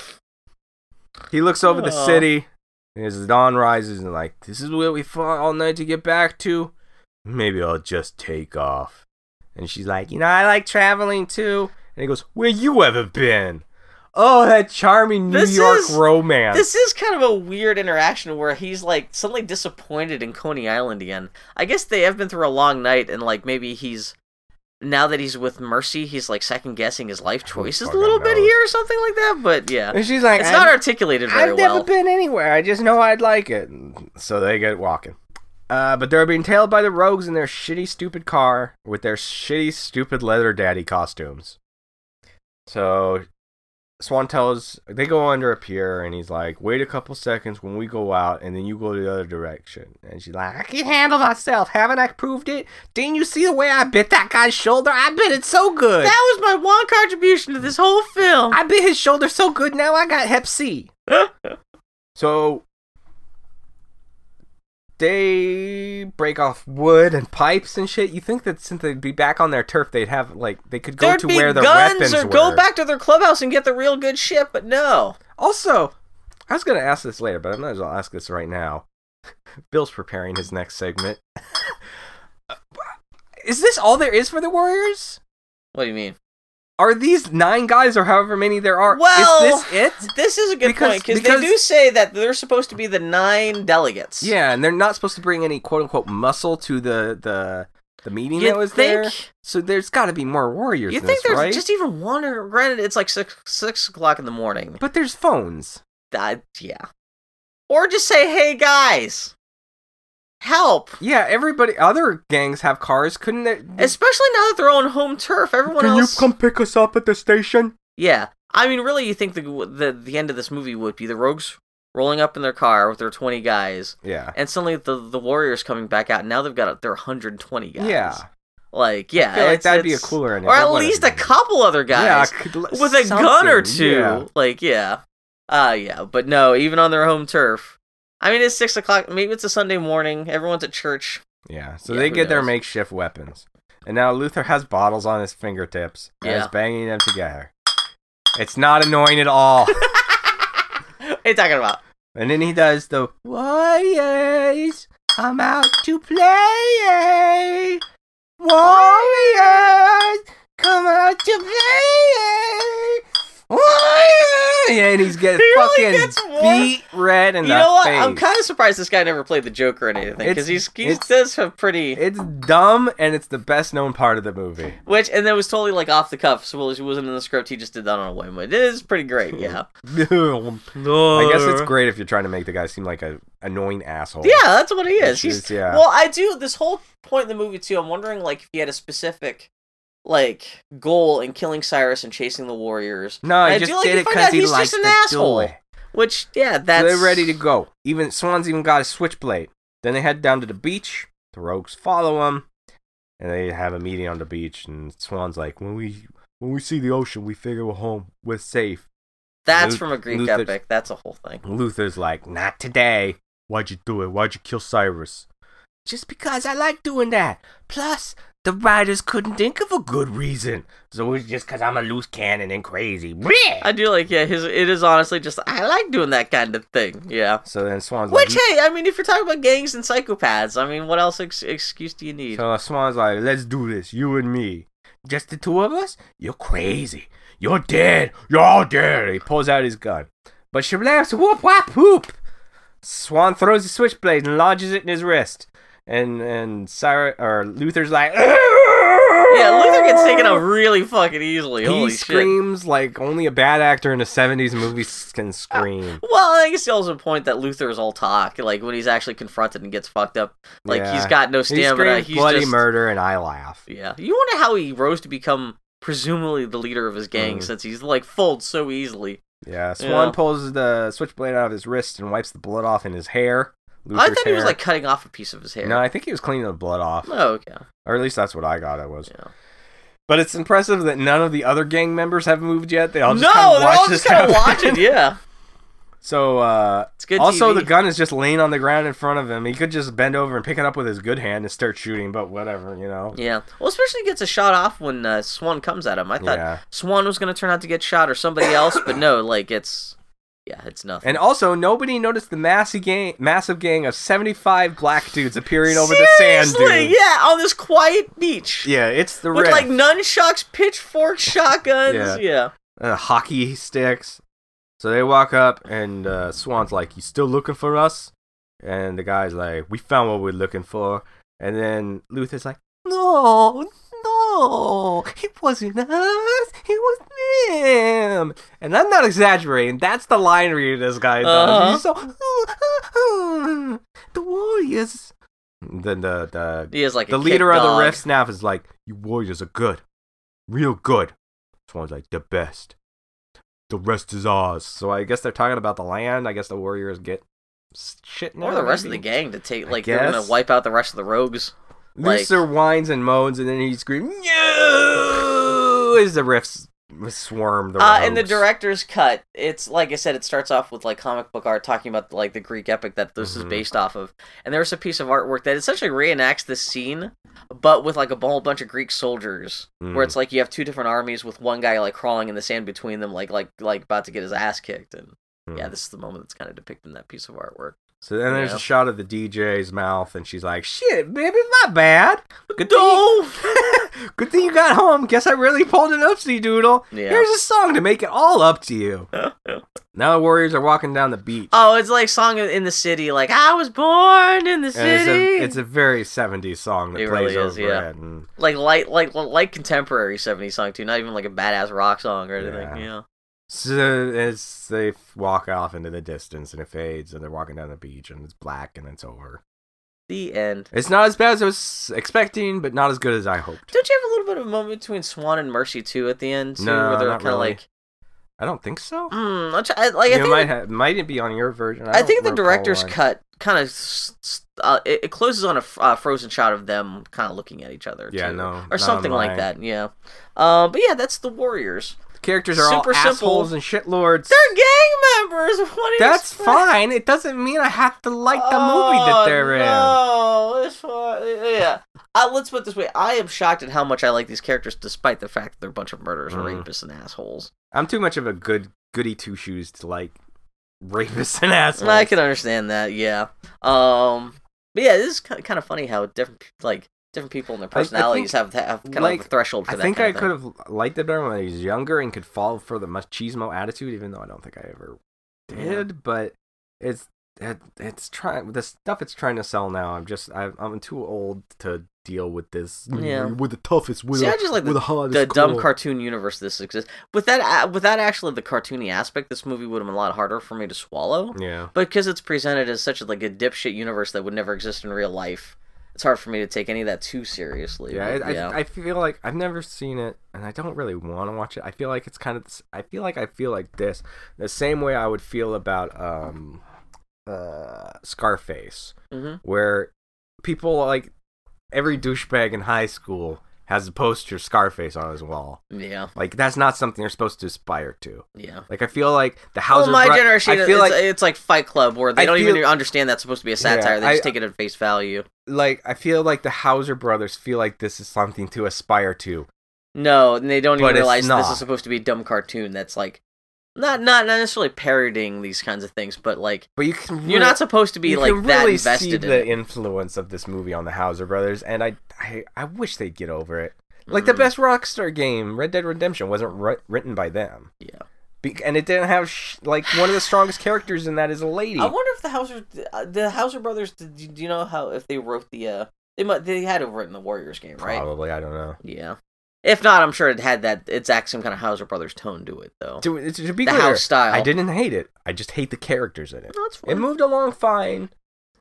B: He looks over the
A: Aw.
B: city, and as the dawn rises, and like, "This is where we fought all night to get back to." Maybe I'll just take off. And she's like, "You know, I like traveling too." And he goes, "Where you ever been?" Oh, that charming New
A: This
B: York
A: is-
B: romance.
A: This is kind of a weird interaction where he's like suddenly disappointed in Coney Island again. I guess they have been through a long night, and like maybe he's now that he's with Mercy, he's like second guessing his life choices a
B: fucking
A: little bit
B: knows?
A: here or something like that. But yeah,
B: and she's like,
A: it's
B: "I'm-
A: not articulated very
B: I've
A: well.
B: never been anywhere. I just know I'd like it. So they get walking. Uh, but they're being tailed by the rogues in their shitty, stupid car with their shitty, stupid leather daddy costumes. So Swan tells they go under a pier, and he's like, "Wait a couple seconds when we go out, and then you go the other direction." And she's like, "I can handle myself. Haven't I proved it? Didn't you see the way I bit that guy's shoulder? I bit it so good.
A: That was my one contribution to this whole film.
B: I bit his shoulder so good now I got Hep C. so they break off wood and pipes and shit. You think that since they'd be back on their turf, they'd have like they could go
A: There'd
B: to
A: be
B: where their
A: guns
B: weapons
A: or
B: were.
A: go back to their clubhouse and get the real good shit, but no.
B: Also, I was gonna ask this later, but I might as well ask this right now. Bill's preparing his next segment. is this all there is for the Warriors?
A: What do you mean?
B: Are these nine guys or however many there are?
A: Well-
B: is this it?
A: This is a good
B: Because-
A: point because they
B: because-
A: do say that they're supposed to be the nine delegates.
B: Yeah, and they're not supposed to bring any quote unquote muscle to the the the meeting
A: you
B: that was
A: think
B: there. So there's got to be more warriors.
A: you
B: in
A: think
B: this,
A: there's
B: right?
A: just even one? Or, granted, it's like six six o'clock in the morning.
B: but there's phones.
A: That yeah, or just say, "Hey guys, help."
B: Yeah, everybody. Other gangs have cars. Couldn't they?
A: Especially now that they're on home turf, everyone else.
B: pick us up at the station?
A: Yeah, I mean, really, you think the, the the end of this movie would be the rogues rolling up in their car with their twenty guys,
B: Yeah.
A: and suddenly the the warriors coming back out. and Now they've got their hundred twenty guys.
B: Yeah.
A: like yeah,
B: I feel like
A: it's-
B: that'd be a
A: it's-
B: cooler ending.
A: or
B: but
A: at
B: whatever.
A: least a couple other
B: Yeah,
A: guys
B: could l-
A: with a gun or
B: something,
A: two.
B: yeah.
A: Like yeah, uh yeah, but no, even on their home turf. I mean, it's six o'clock. Maybe it's a Sunday morning. Everyone's at church.
B: Yeah. So
A: Yeah,
B: they
A: who
B: get their
A: knows?
B: makeshift weapons. And now Luther has bottles on his fingertips and
A: Yeah.
B: is banging them together. It's not annoying at all.
A: What are you talking about?
B: and then he does the Warriors, I'm out to play. Warriors, come out to play. Warriors. Yeah, and he's getting
A: He really
B: fucking
A: gets war-
B: beat red in
A: You
B: the
A: know what?
B: face.
A: I'm kind of surprised this guy never played the Joker or anything
B: It's-
A: because he's he
B: it's-
A: does have pretty.
B: It's dumb and it's the best known part of the movie.
A: Which and that was totally like off the cuff, so it wasn't in the script. He just did that on a whim. It is pretty great, yeah.
B: I
A: No,
B: guess it's great if you're trying to make the guy seem like a annoying asshole.
A: Uh. Yeah, that's what he is.
B: Which
A: He's
B: is- yeah.
A: well. I do this whole point in the movie too. I'm wondering like if he had a specific like goal in killing Cyrus and chasing the warriors.
B: No,
A: I
B: he
A: do
B: just
A: like
B: did
A: to
B: it
A: find
B: because
A: out
B: he
A: he's
B: likes
A: just an
B: to
A: asshole.
B: Do it.
A: Which yeah,
B: So
A: that's
B: they're ready to go. Even Swan's even got a switchblade. Then they head down to the beach. The rogues follow him, and they have a meeting on the beach. And Swan's like, "When we when we see the ocean, we figure we're home. We're safe."
A: That's
B: Luth-
A: from a Greek
B: Luther-
A: epic. That's a whole thing.
B: Luther's like, not today. Why'd you do it? Why'd you kill Cyrus? Just because I like doing that. Plus, the writers couldn't think of a good reason. So it's just because I'm a loose cannon and crazy.
A: I do like yeah. His it is honestly just I like doing that kind of thing. Yeah.
B: So then Swan's
A: Which
B: like,
A: hey, I mean, if you're talking about gangs and psychopaths, I mean, what else ex- excuse do you need?
B: so Swan's like, let's do this, you and me. Just the two of us? You're crazy. You're dead. You're all dead. He pulls out his gun. But Shablam's whoop whop whoop. Swan throws his switchblade and lodges it in his wrist. And and Cyrus or Luther's like
A: yeah,
B: Yeah,
A: Luther gets taken out really fucking easily.
B: He
A: Holy shit.
B: screams like only a bad actor in a 70s movie s- can scream.
A: Well, I guess he also point that Luther is all talk. Like when he's actually confronted and gets fucked up, like
B: Yeah.
A: he's got no
B: He
A: stamina.
B: screams
A: uh, he's
B: bloody
A: just
B: murder and I laugh.
A: yeah. You wonder how he rose to become presumably the leader of his gang
B: Mm.
A: since he's like folds so easily.
B: Yeah, Swan
A: Yeah.
B: pulls the switchblade out of his wrist and wipes the blood off in his hair.
A: I
B: Luther's
A: thought he was
B: hair.
A: like cutting off a piece of his hair.
B: No, I think he was cleaning the blood off.
A: oh, okay.
B: Or at least that's what I got it was.
A: Yeah.
B: But it's impressive that none of the other gang members have moved yet. They all just
A: no,
B: kind of
A: they're
B: watch
A: all
B: this
A: just kind of
B: happen.
A: watching. Yeah,
B: So uh,
A: it's good.
B: also,
A: TV.
B: the gun is just laying on the ground in front of him. He could just bend over and pick it up with his good hand and start shooting, but whatever, you know.
A: Yeah. Well, especially gets a shot off when uh, Swan comes at him. I thought
B: Yeah.
A: Swan was going to turn out to get shot or somebody else, but no, like it's yeah, it's nothing.
B: And also, nobody noticed the massive gang, massive gang of seventy-five black dudes appearing over the sand
A: Seriously,
B: dune.
A: Yeah, on this quiet beach.
B: Yeah, it's the
A: With
B: riff.
A: like nunchucks, pitchforks, shotguns.
B: Yeah.
A: Yeah.
B: uh, hockey sticks. So they walk up, and uh, Swan's like, "You still looking for us?" And the guy's like, "We found what we're looking for." And then Luther's like, "No, no, it wasn't us. It was them." And I'm not exaggerating. That's the line read this guy
A: Uh-huh.
B: does. He's so uh, the Warriors. Then the the
A: He is like
B: the
A: a
B: leader
A: kick
B: of the
A: dog.
B: Rift Snap is like, "You warriors are good, real good." Swan's like, "The best. The rest is ours." So I guess they're talking about the land. I guess the warriors get s- shit now.
A: Or the rest of the
B: maybe?
A: gang to take
B: I
A: like they're gonna
B: guess.
A: wipe out the rest of the rogues. like-
B: Luther whines and moans, and then he screams, "No!" Is the rifts swarm the
A: Uh, in the
B: rogues.
A: director's cut, it's like I said, it starts off with like comic book art talking about like the Greek epic that this
B: Mhm.
A: is based off of, and there's a piece of artwork that essentially reenacts this scene, but with like a whole bunch of Greek soldiers, where
B: Mm.
A: it's like you have two different armies with one guy like crawling in the sand between them, like like like about to get his ass kicked, and
B: Mm.
A: yeah, this is the moment that's kind of depicted in that piece of artwork.
B: So then there's
A: Yeah.
B: a shot of the DJ's mouth, and she's like, "Shit, baby, my bad. Good thing,
A: No.
B: good thing you got home. Guess I really pulled an oopsie doodle.
A: Yeah.
B: Here's a song to make it all up to you." Now the Warriors are walking down the beach.
A: oh, it's like song in the city, like I was born in the city.
B: and it's a, it's a very 70s song that
A: It
B: plays
A: really is,
B: over
A: yeah.
B: it. And
A: like light like light contemporary 70s song too not even like a badass rock song or anything
B: Yeah.
A: yeah, yeah.
B: so as they f- walk off into the distance and it fades and they're walking down the beach and it's black and it's over.
A: the end
B: It's not as bad as I was expecting, but not as good as I hoped.
A: don't you have a little bit of a moment between swan and mercy too at the end too,
B: No,
A: where they're
B: not
A: kind of
B: really.
A: like
B: I don't think so.
A: mm, I'm try- I, like i
B: it
A: think
B: might ha- might it be on your version.
A: I
B: don't
A: think the
B: recall
A: director's
B: one.
A: cut kind of uh, it, it closes on a f- uh, frozen shot of them kind of looking at each other
B: Yeah,
A: too,
B: no, not
A: or
B: on
A: something like
B: mine.
A: that yeah uh, but yeah that's the warriors
B: The characters are
A: Super
B: all
A: simple.
B: assholes and shitlords.
A: they're gang members what do you
B: That's
A: expect?
B: fine. It doesn't mean I have to like the movie that they're in.
A: Oh, no, it's fine. Yeah. I, let's put it this way: I am shocked at how much I like these characters, despite the fact that they're a bunch of murderers and
B: Mhm.
A: rapists and assholes.
B: I'm too much of a good goody two shoes to like rapists and assholes.
A: I can understand that, yeah. Um, but yeah, this is kind of funny how different, pe- like different people and their
B: I- I think-
A: personalities have have kind of
B: like,
A: a threshold for
B: I
A: that.
B: think
A: kind
B: I
A: of thing.
B: could have liked the better when I was younger and could fall for the machismo attitude, even though I don't think I ever did. But it's it, it's trying the stuff it's trying to sell now. I'm just I, I'm too old to deal with this.
A: Yeah.
B: with the toughest, with,
A: See,
B: the-
A: I just like
B: with
A: the-
B: the hardest,
A: the dumb
B: core.
A: cartoon universe this exists without without actually the cartoony aspect. This movie would have been a lot harder for me to swallow.
B: Yeah,
A: But because it's presented as such a, like a dipshit universe that would never exist in real life, it's hard for me to take any of that too seriously.
B: yeah.
A: but,
B: I,
A: yeah.
B: I, I feel like I've never seen it, and I don't really want to watch it. I feel like it's kind of. This, I feel like I feel like this the same way I would feel about um uh Scarface.
A: Mhm.
B: where people like every douchebag in high school has a poster of Scarface on his wall.
A: yeah,
B: Like that's not something you're supposed to aspire to.
A: yeah.
B: Like I feel like the
A: Well,
B: Hauser
A: my
B: bro-
A: generation,
B: I feel
A: it's,
B: like
A: it's like Fight Club, where they
B: I
A: don't even
B: feel-
A: understand that's supposed to be a satire.
B: Yeah,
A: they just
B: I-
A: take it at face value.
B: like I feel like the Hauser brothers feel like this is something to aspire to.
A: No, and they don't even
B: But it's
A: realize this
B: not.
A: is supposed to be a dumb cartoon that's like not not not necessarily parodying these kinds of things, but like
B: But you can
A: you're not supposed to be
B: you
A: like
B: can
A: that
B: really see
A: invested in
B: the
A: it.
B: influence of this movie on the Hauser brothers, and I, I I wish they'd get over it. Like the
A: Mm.
B: best Rockstar game, Red Dead Redemption, wasn't wri- written by them.
A: Yeah.
B: Be- and it didn't have sh- like one of the strongest characters in that is a lady.
A: I wonder if the Hauser, uh, the Hauser brothers, did you, do you know how if they wrote the uh they mu they had it written the Warriors game, right?
B: Probably, I don't know.
A: Yeah. If not, I'm sure it had that exact same kind of Hauser brothers tone to it though.
B: To, to be
A: the
B: clear,
A: house style.
B: I didn't hate it. I just hate the characters in it.
A: No, it's fine.
B: It moved along fine.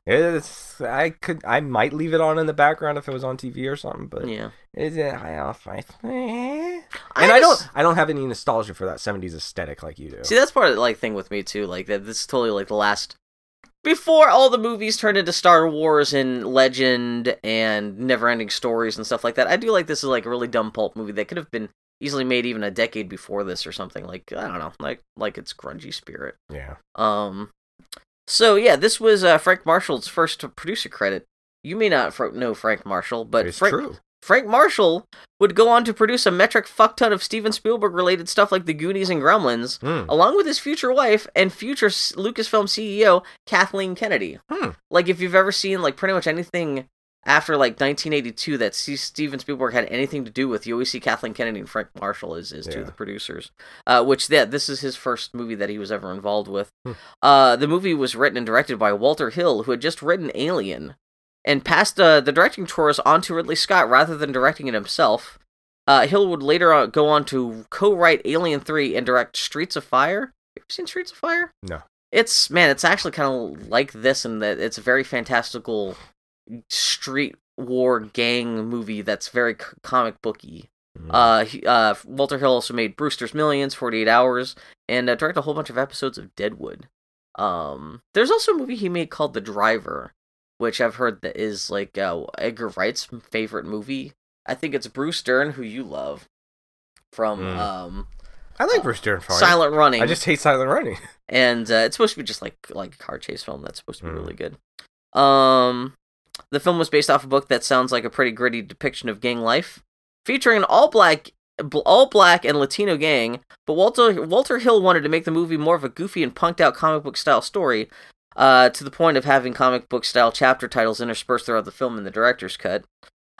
B: It's, I could, I might leave it on in the background if it was on TV or something, but
A: yeah.
B: it, I, I, and I
A: just-
B: don't, I don't have any nostalgia for that '70s aesthetic like you do.
A: See, that's part of the like thing with me too. Like that, this is totally like the last before all the movies turned into Star Wars and Legend and never-ending stories and stuff like that. I do like this is like a really dumb pulp movie that could have been easily made even a decade before this or something. Like I don't know, like like its grungy spirit.
B: yeah,
A: Um, so yeah, this was uh, Frank Marshall's first producer credit. You may not fr- know Frank Marshall, but
B: it's
A: Frank,
B: true.
A: Frank Marshall would go on to produce a metric fuckton of Steven Spielberg-related stuff like The Goonies and Gremlins
B: Mm.
A: along with his future wife and future S- Lucasfilm CEO Kathleen Kennedy.
B: Hmm.
A: Like if you've ever seen like pretty much anything after like 1982 that C- Steven Spielberg had anything to do with, you always see Kathleen Kennedy and Frank Marshall as, as two
B: Yeah.
A: of the producers. Uh, which yeah, this is his first movie that he was ever involved with.
B: Hmm.
A: Uh, the movie was written and directed by Walter Hill, who had just written Alien, and passed uh, the directing chores onto Ridley Scott rather than directing it himself. Uh, Hill would later on go on to co-write Alien Three and direct Streets of Fire. You ever seen Streets of Fire?
B: No.
A: It's man, it's actually kind of like this in that it's a very fantastical street war gang movie that's very c- comic booky.
B: Mm.
A: Uh, he, uh, Walter Hill also made Brewster's Millions, Forty Eight Hours, and uh, directed a whole bunch of episodes of Deadwood. Um, there's also a movie he made called The Driver, which I've heard that is like uh, Edgar Wright's favorite movie. I think it's Bruce Dern, who you love, from
B: Mm.
A: um,
B: I like Bruce Dern for it.
A: Silent Running.
B: I just hate Silent Running.
A: And uh, it's supposed to be just like like a car chase film. That's supposed to be
B: Mm.
A: really good. Um, the film was based off a book that sounds like a pretty gritty depiction of gang life, featuring an all black, bl- all black and Latino gang. But Walter Walter Hill wanted to make the movie more of a goofy and punked out comic book style story, uh, to the point of having comic book style chapter titles interspersed throughout the film in the director's cut.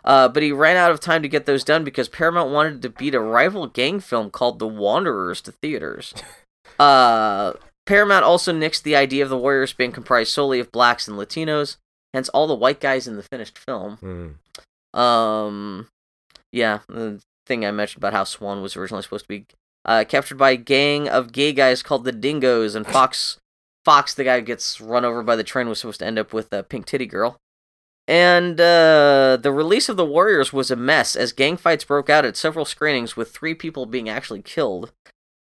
A: Uh, but he ran out of time to get those done because Paramount wanted to beat a rival gang film called The Wanderers to theaters. Uh, Paramount also nixed the idea of the Warriors being comprised solely of blacks and Latinos, hence all the white guys in the finished film.
B: Mm.
A: Um, yeah, the thing I mentioned about how Swan was originally supposed to be uh, captured by a gang of gay guys called the Dingoes, and Fox, Fox, the guy who gets run over by the train, was supposed to end up with a pink titty girl. And uh, the release of the Warriors was a mess as gang fights broke out at several screenings, with three people being actually killed.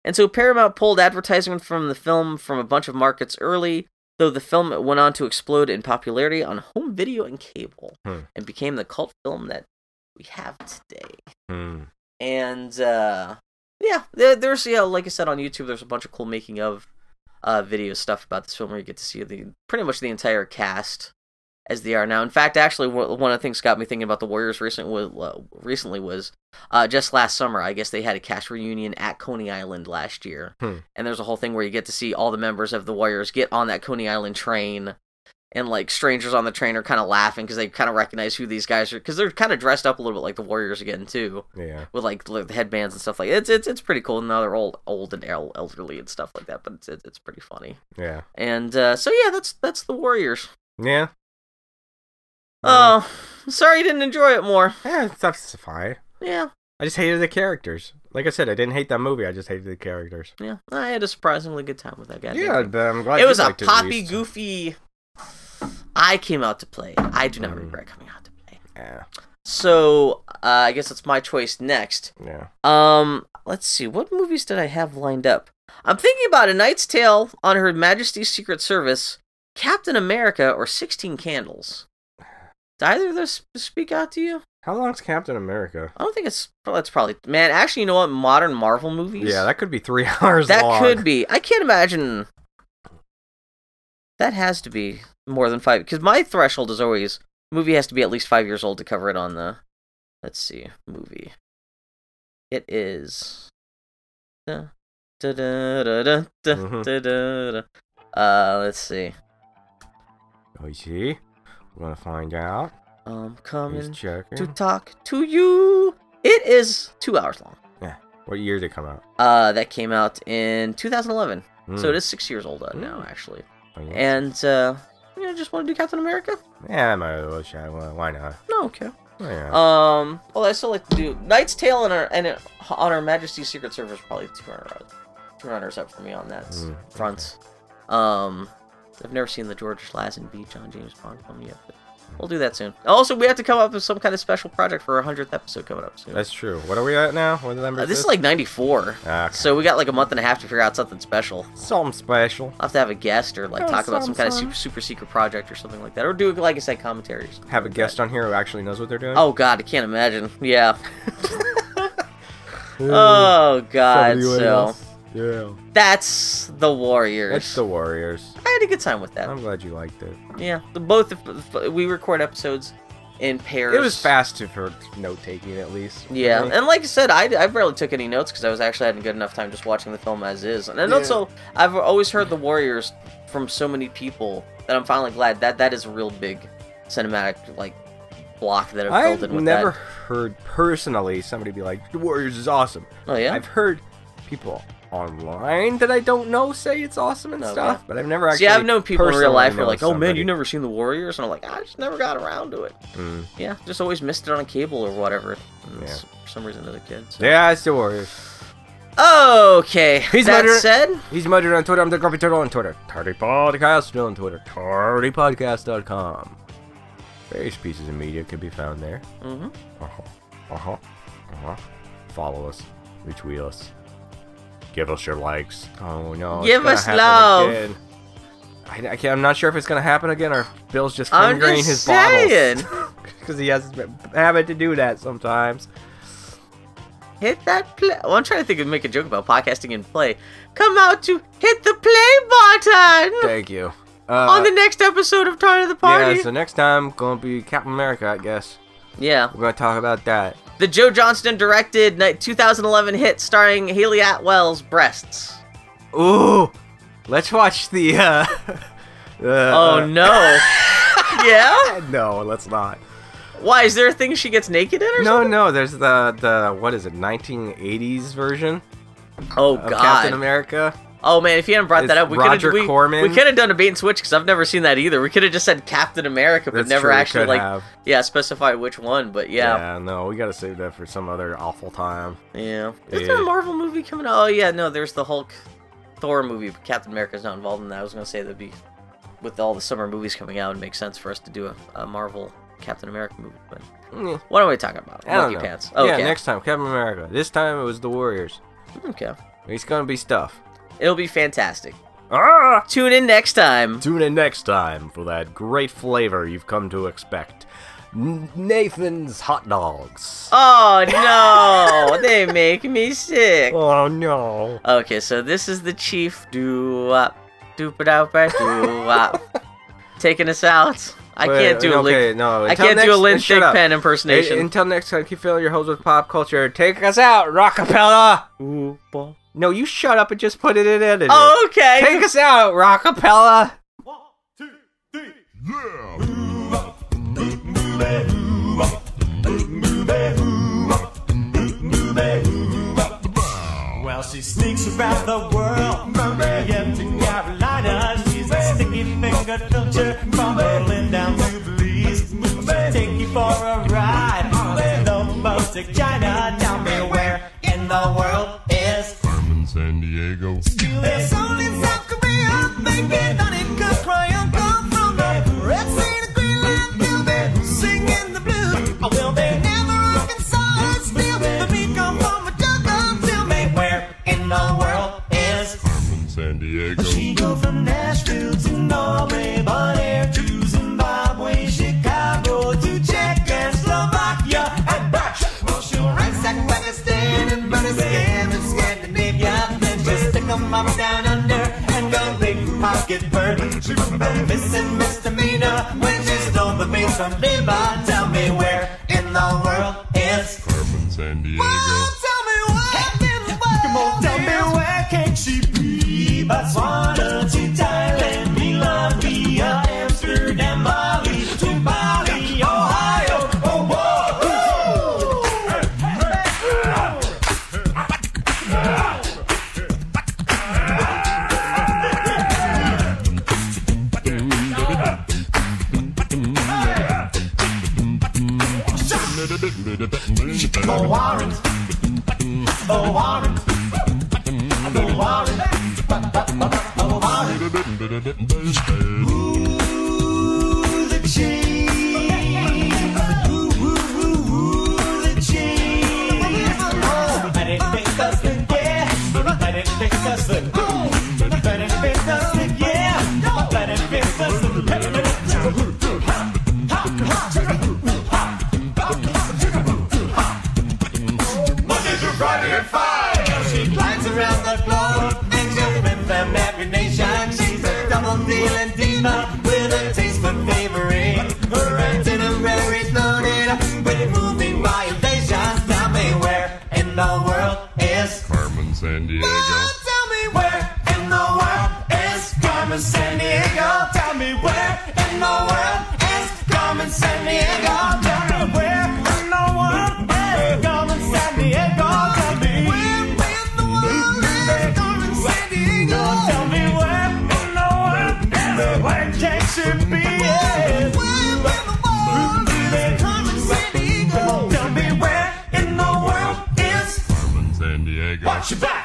A: And so Paramount pulled advertising from the film from a bunch of markets early, though the film went on to explode in popularity on home video and cable,
B: Hmm.
A: and became the cult film that we have today.
B: Mm.
A: And uh, yeah, there, there's yeah, like I said on YouTube, there's a bunch of cool making of uh, video stuff about this film where you get to see the pretty much the entire cast as they are now. In fact, actually, wh- one of the things got me thinking about the Warriors recent wa- recently was uh, just last summer. I guess they had a cast reunion at Coney Island last year,
B: Hmm.
A: and there's a whole thing where you get to see all the members of the Warriors get on that Coney Island train, and like strangers on the train are kind of laughing because they kind of recognize who these guys are because they're kind of dressed up a little bit like the Warriors again too,
B: Yeah.
A: with like the headbands and stuff like it's it's it's pretty cool. Now they're old old and el- elderly and stuff like that, but it's it's, it's pretty funny.
B: Yeah.
A: And uh, so yeah, that's that's the Warriors.
B: Yeah.
A: Oh, sorry you didn't enjoy it more.
B: Yeah, that's fine.
A: Yeah,
B: I just hated the characters. Like I said, I didn't hate that movie. I just hated the characters.
A: yeah. I had a surprisingly good time with that guy.
B: Yeah, but I'm glad
A: it
B: you
A: was a
B: liked at
A: poppy,
B: least.
A: goofy. I came out to play. I do not
B: Mm.
A: regret coming out to play.
B: Yeah,
A: So uh, I guess it's my choice next.
B: yeah.
A: Um, let's see. What movies did I have lined up? I'm thinking about A Knight's Tale, On Her Majesty's Secret Service, Captain America, or Sixteen Candles. Did either of those speak out to you?
B: How long's Captain America?
A: I don't think it's. well, That's probably man. Actually, you know what? Modern Marvel movies.
B: Yeah, that could be three hours
A: that
B: long.
A: could be. I can't imagine. That has to be more than five because my threshold is always movie has to be at least five years old to cover it on the. Let's see, movie. It is. da- da- da- da- da- da-
B: Mhm.
A: da- da- da. Uh, let's see.
B: Oh, you see? We're gonna find out.
A: I'm
B: He's
A: coming
B: checking.
A: to talk to you. It is two hours long.
B: What year did it come out?
A: Uh, that came out in 2011.
B: Mm.
A: So it is six years old uh, now,
B: Mm.
A: actually.
B: Oh, yeah.
A: And uh, you know, just want to do Captain America?
B: yeah, I might as well shot. Why why not?
A: No, okay.
B: Why not?
A: Um, well, I still like to do Knight's Tale and our and uh, on Her Majesty's Secret Service probably two runners, two runners up for me on that s-
B: Mm,
A: front. Um, I've never seen the George Lazenby John James Bond film yet, but we'll do that soon. Also, we have to come up with some kind of special project for our hundredth episode coming up soon.
B: That's true. What are we at now? What number?
A: Uh, this is like '94,
B: Ah, okay.
A: so we got like a month and a half to figure out something special.
B: something special.
A: I'll have to have a guest or like
B: Oh,
A: talk about some kind of
B: sounds
A: super, super secret project or something like that, or do like I said commentaries.
B: Have a guest on here who actually knows what they're doing.
A: Oh God, I can't imagine. Yeah. oh God.
B: Somebody
A: So
B: else. Yeah.
A: that's the
B: It's
A: Warriors.
B: the Warriors.
A: I had a good time with that.
B: I'm glad you liked it.
A: yeah, the both of- we record episodes in pairs.
B: It was fast to- for note taking, at least. for
A: Yeah,
B: me.
A: and like I said, I, I barely took any notes because I was actually having good enough time just watching the film as is. And, and
B: Yeah.
A: also, I've always heard the Warriors from so many people that I'm finally glad that that is a real big cinematic like block that I've filled
B: I've
A: in with
B: never heard personally somebody be like, "The Warriors is awesome."
A: that. Oh yeah.
B: I've heard people online that I don't know say it's awesome and
A: Okay.
B: stuff, but I've never actually.
A: Oh, See, I've known people in real
B: personally
A: life who are
B: known
A: like, "Oh man,
B: somebody."
A: you never seen the Warriors," and I'm like, "I just never got around to it."
B: Mm.
A: Yeah, just always missed it on cable or whatever. And
B: Yeah.
A: s- For some reason, as a kid. so-
B: Yeah, it's the Warriors.
A: Okay.
B: He's
A: that
B: murdered-
A: said,
B: He's murdered on Twitter. I'm the Grumpy Turtle on Twitter. Tardy Podcast on Twitter. TardyPodcast.com. Various pieces of media can be found there.
A: hmm
B: Uh huh. Uh huh. Uh huh. Follow us. Retweet us. Give us your likes. Oh no. it's
A: Give
B: gonna
A: us
B: happen
A: love.
B: again. I, I can't, I'm not sure if it's gonna happen again or if Bill's just
A: I'm
B: fingering
A: just
B: his
A: saying.
B: bottles. Because he has a habit to do that sometimes.
A: hit that play. Well, I'm trying to think of make a joke about podcasting and play. Come out to hit the play button
B: Thank you. Uh,
A: on the next episode of Time of the Party.
B: yeah. So next time gonna be Captain America, I guess.
A: yeah.
B: We're gonna talk about that.
A: The Joe Johnston directed ni- 2011 hit starring Haley Atwell's breasts.
B: Ooh. Let's watch the. Uh,
A: Oh
B: uh,
A: no. yeah.
B: No, let's not.
A: Why is there a thing she gets naked in? Or something?
B: No, no, there's the the what is it, 1980s version
A: Oh
B: of Captain
A: god.
B: America.
A: Oh man, if you hadn't brought
B: It's
A: that up, we could
B: Roger
A: have we,
B: Corman.
A: we could have done a bait and switch because I've never seen that either. We could have just said Captain America, but
B: That's
A: never
B: true, we
A: actually
B: could
A: like
B: have.
A: yeah specify which one. But yeah,
B: no, we gotta save that for some other awful time.
A: yeah. Is
B: Yeah.
A: there a Marvel movie coming out? Oh yeah, no, there's the Hulk, Thor movie. But Captain America's not involved in that. I was gonna say that'd be with all the summer movies coming out, it makes sense for us to do a, a Marvel Captain America movie. But
B: Mm,
A: what are we talking about?
B: I don't
A: Monkey
B: know.
A: pants. Okay.
B: Yeah, next time Captain America. This time it was the Warriors.
A: Okay.
B: It's gonna be stuff.
A: It'll be fantastic.
B: Ah!
A: Tune in next time.
B: Tune in next time for that great flavor you've come to expect. N- Nathan's hot dogs.
A: Oh no, they make me sick.
B: Oh no.
A: Okay, so this is the chief doo wop, doop it out by doo wop, taking us out. I
B: Wait,
A: can't do a
B: okay,
A: Lin-
B: no.
A: I
B: until
A: can't do a
B: next-
A: Lynn
B: shut up.
A: Thigpen impersonation.
B: Hey, until next time, keep filling your holes with pop culture. Take us out, Rockapella.
A: Ooh, ball.
B: No, you shut up and just put it in editor.
A: Oh, okay.
B: Take us out, Rockapella.
C: Well, she sneaks around the world from Birmingham to Carolina. She's a sticky fingered filter from Berlin down to Belize. She'll take you for a ride on a slow to China. Tell me where in the world is
D: Carmen San Diego.
C: there's only South Korea, making on it, cause Korean come from the Red Sea to Greenland, they'll be singing the blues. I will be never Arkansas, still the beat come from a Tell me where in the world is
D: Carmen San Diego.
C: she go from Nashville to Norway, but air to Zimbabwe, Chicago to Czech and Slovakia and back. Well, she'll ransack Pakistan and Pakistan and Scandinavia, then she'll stick 'em up down under and go big pocket bird. She remembers missing misdemeanor when she stole the beans from Lebanon. Tell me where in the world is
D: Carmen San Diego.
C: Tell me where can she be? Botswana to Thailand, Milan, via Amsterdam, Bali to Bali, Ohio. Oh, whoa. The Warren. The Warren. The Warren. the cheese. Monday through Friday at five. She climbs around the globe and she'll win from every nation. She's a double dealing diva with a taste for thievery. Her itinerary's loaded with moving violations. Tell me where in the world is
D: Carmen San Diego.
C: Oh, tell me where in the world is Carmen San Diego? Tell me where in the world is Carmen San Diego? Tell me where in the world is Carmen San Diego? Tell me where in the world is Carmen San Diego? Tell me where in the world is where can she be? Where in the world is Carmen San Diego? Tell me where in the world is
D: Carmen San Diego.
C: Watch your back.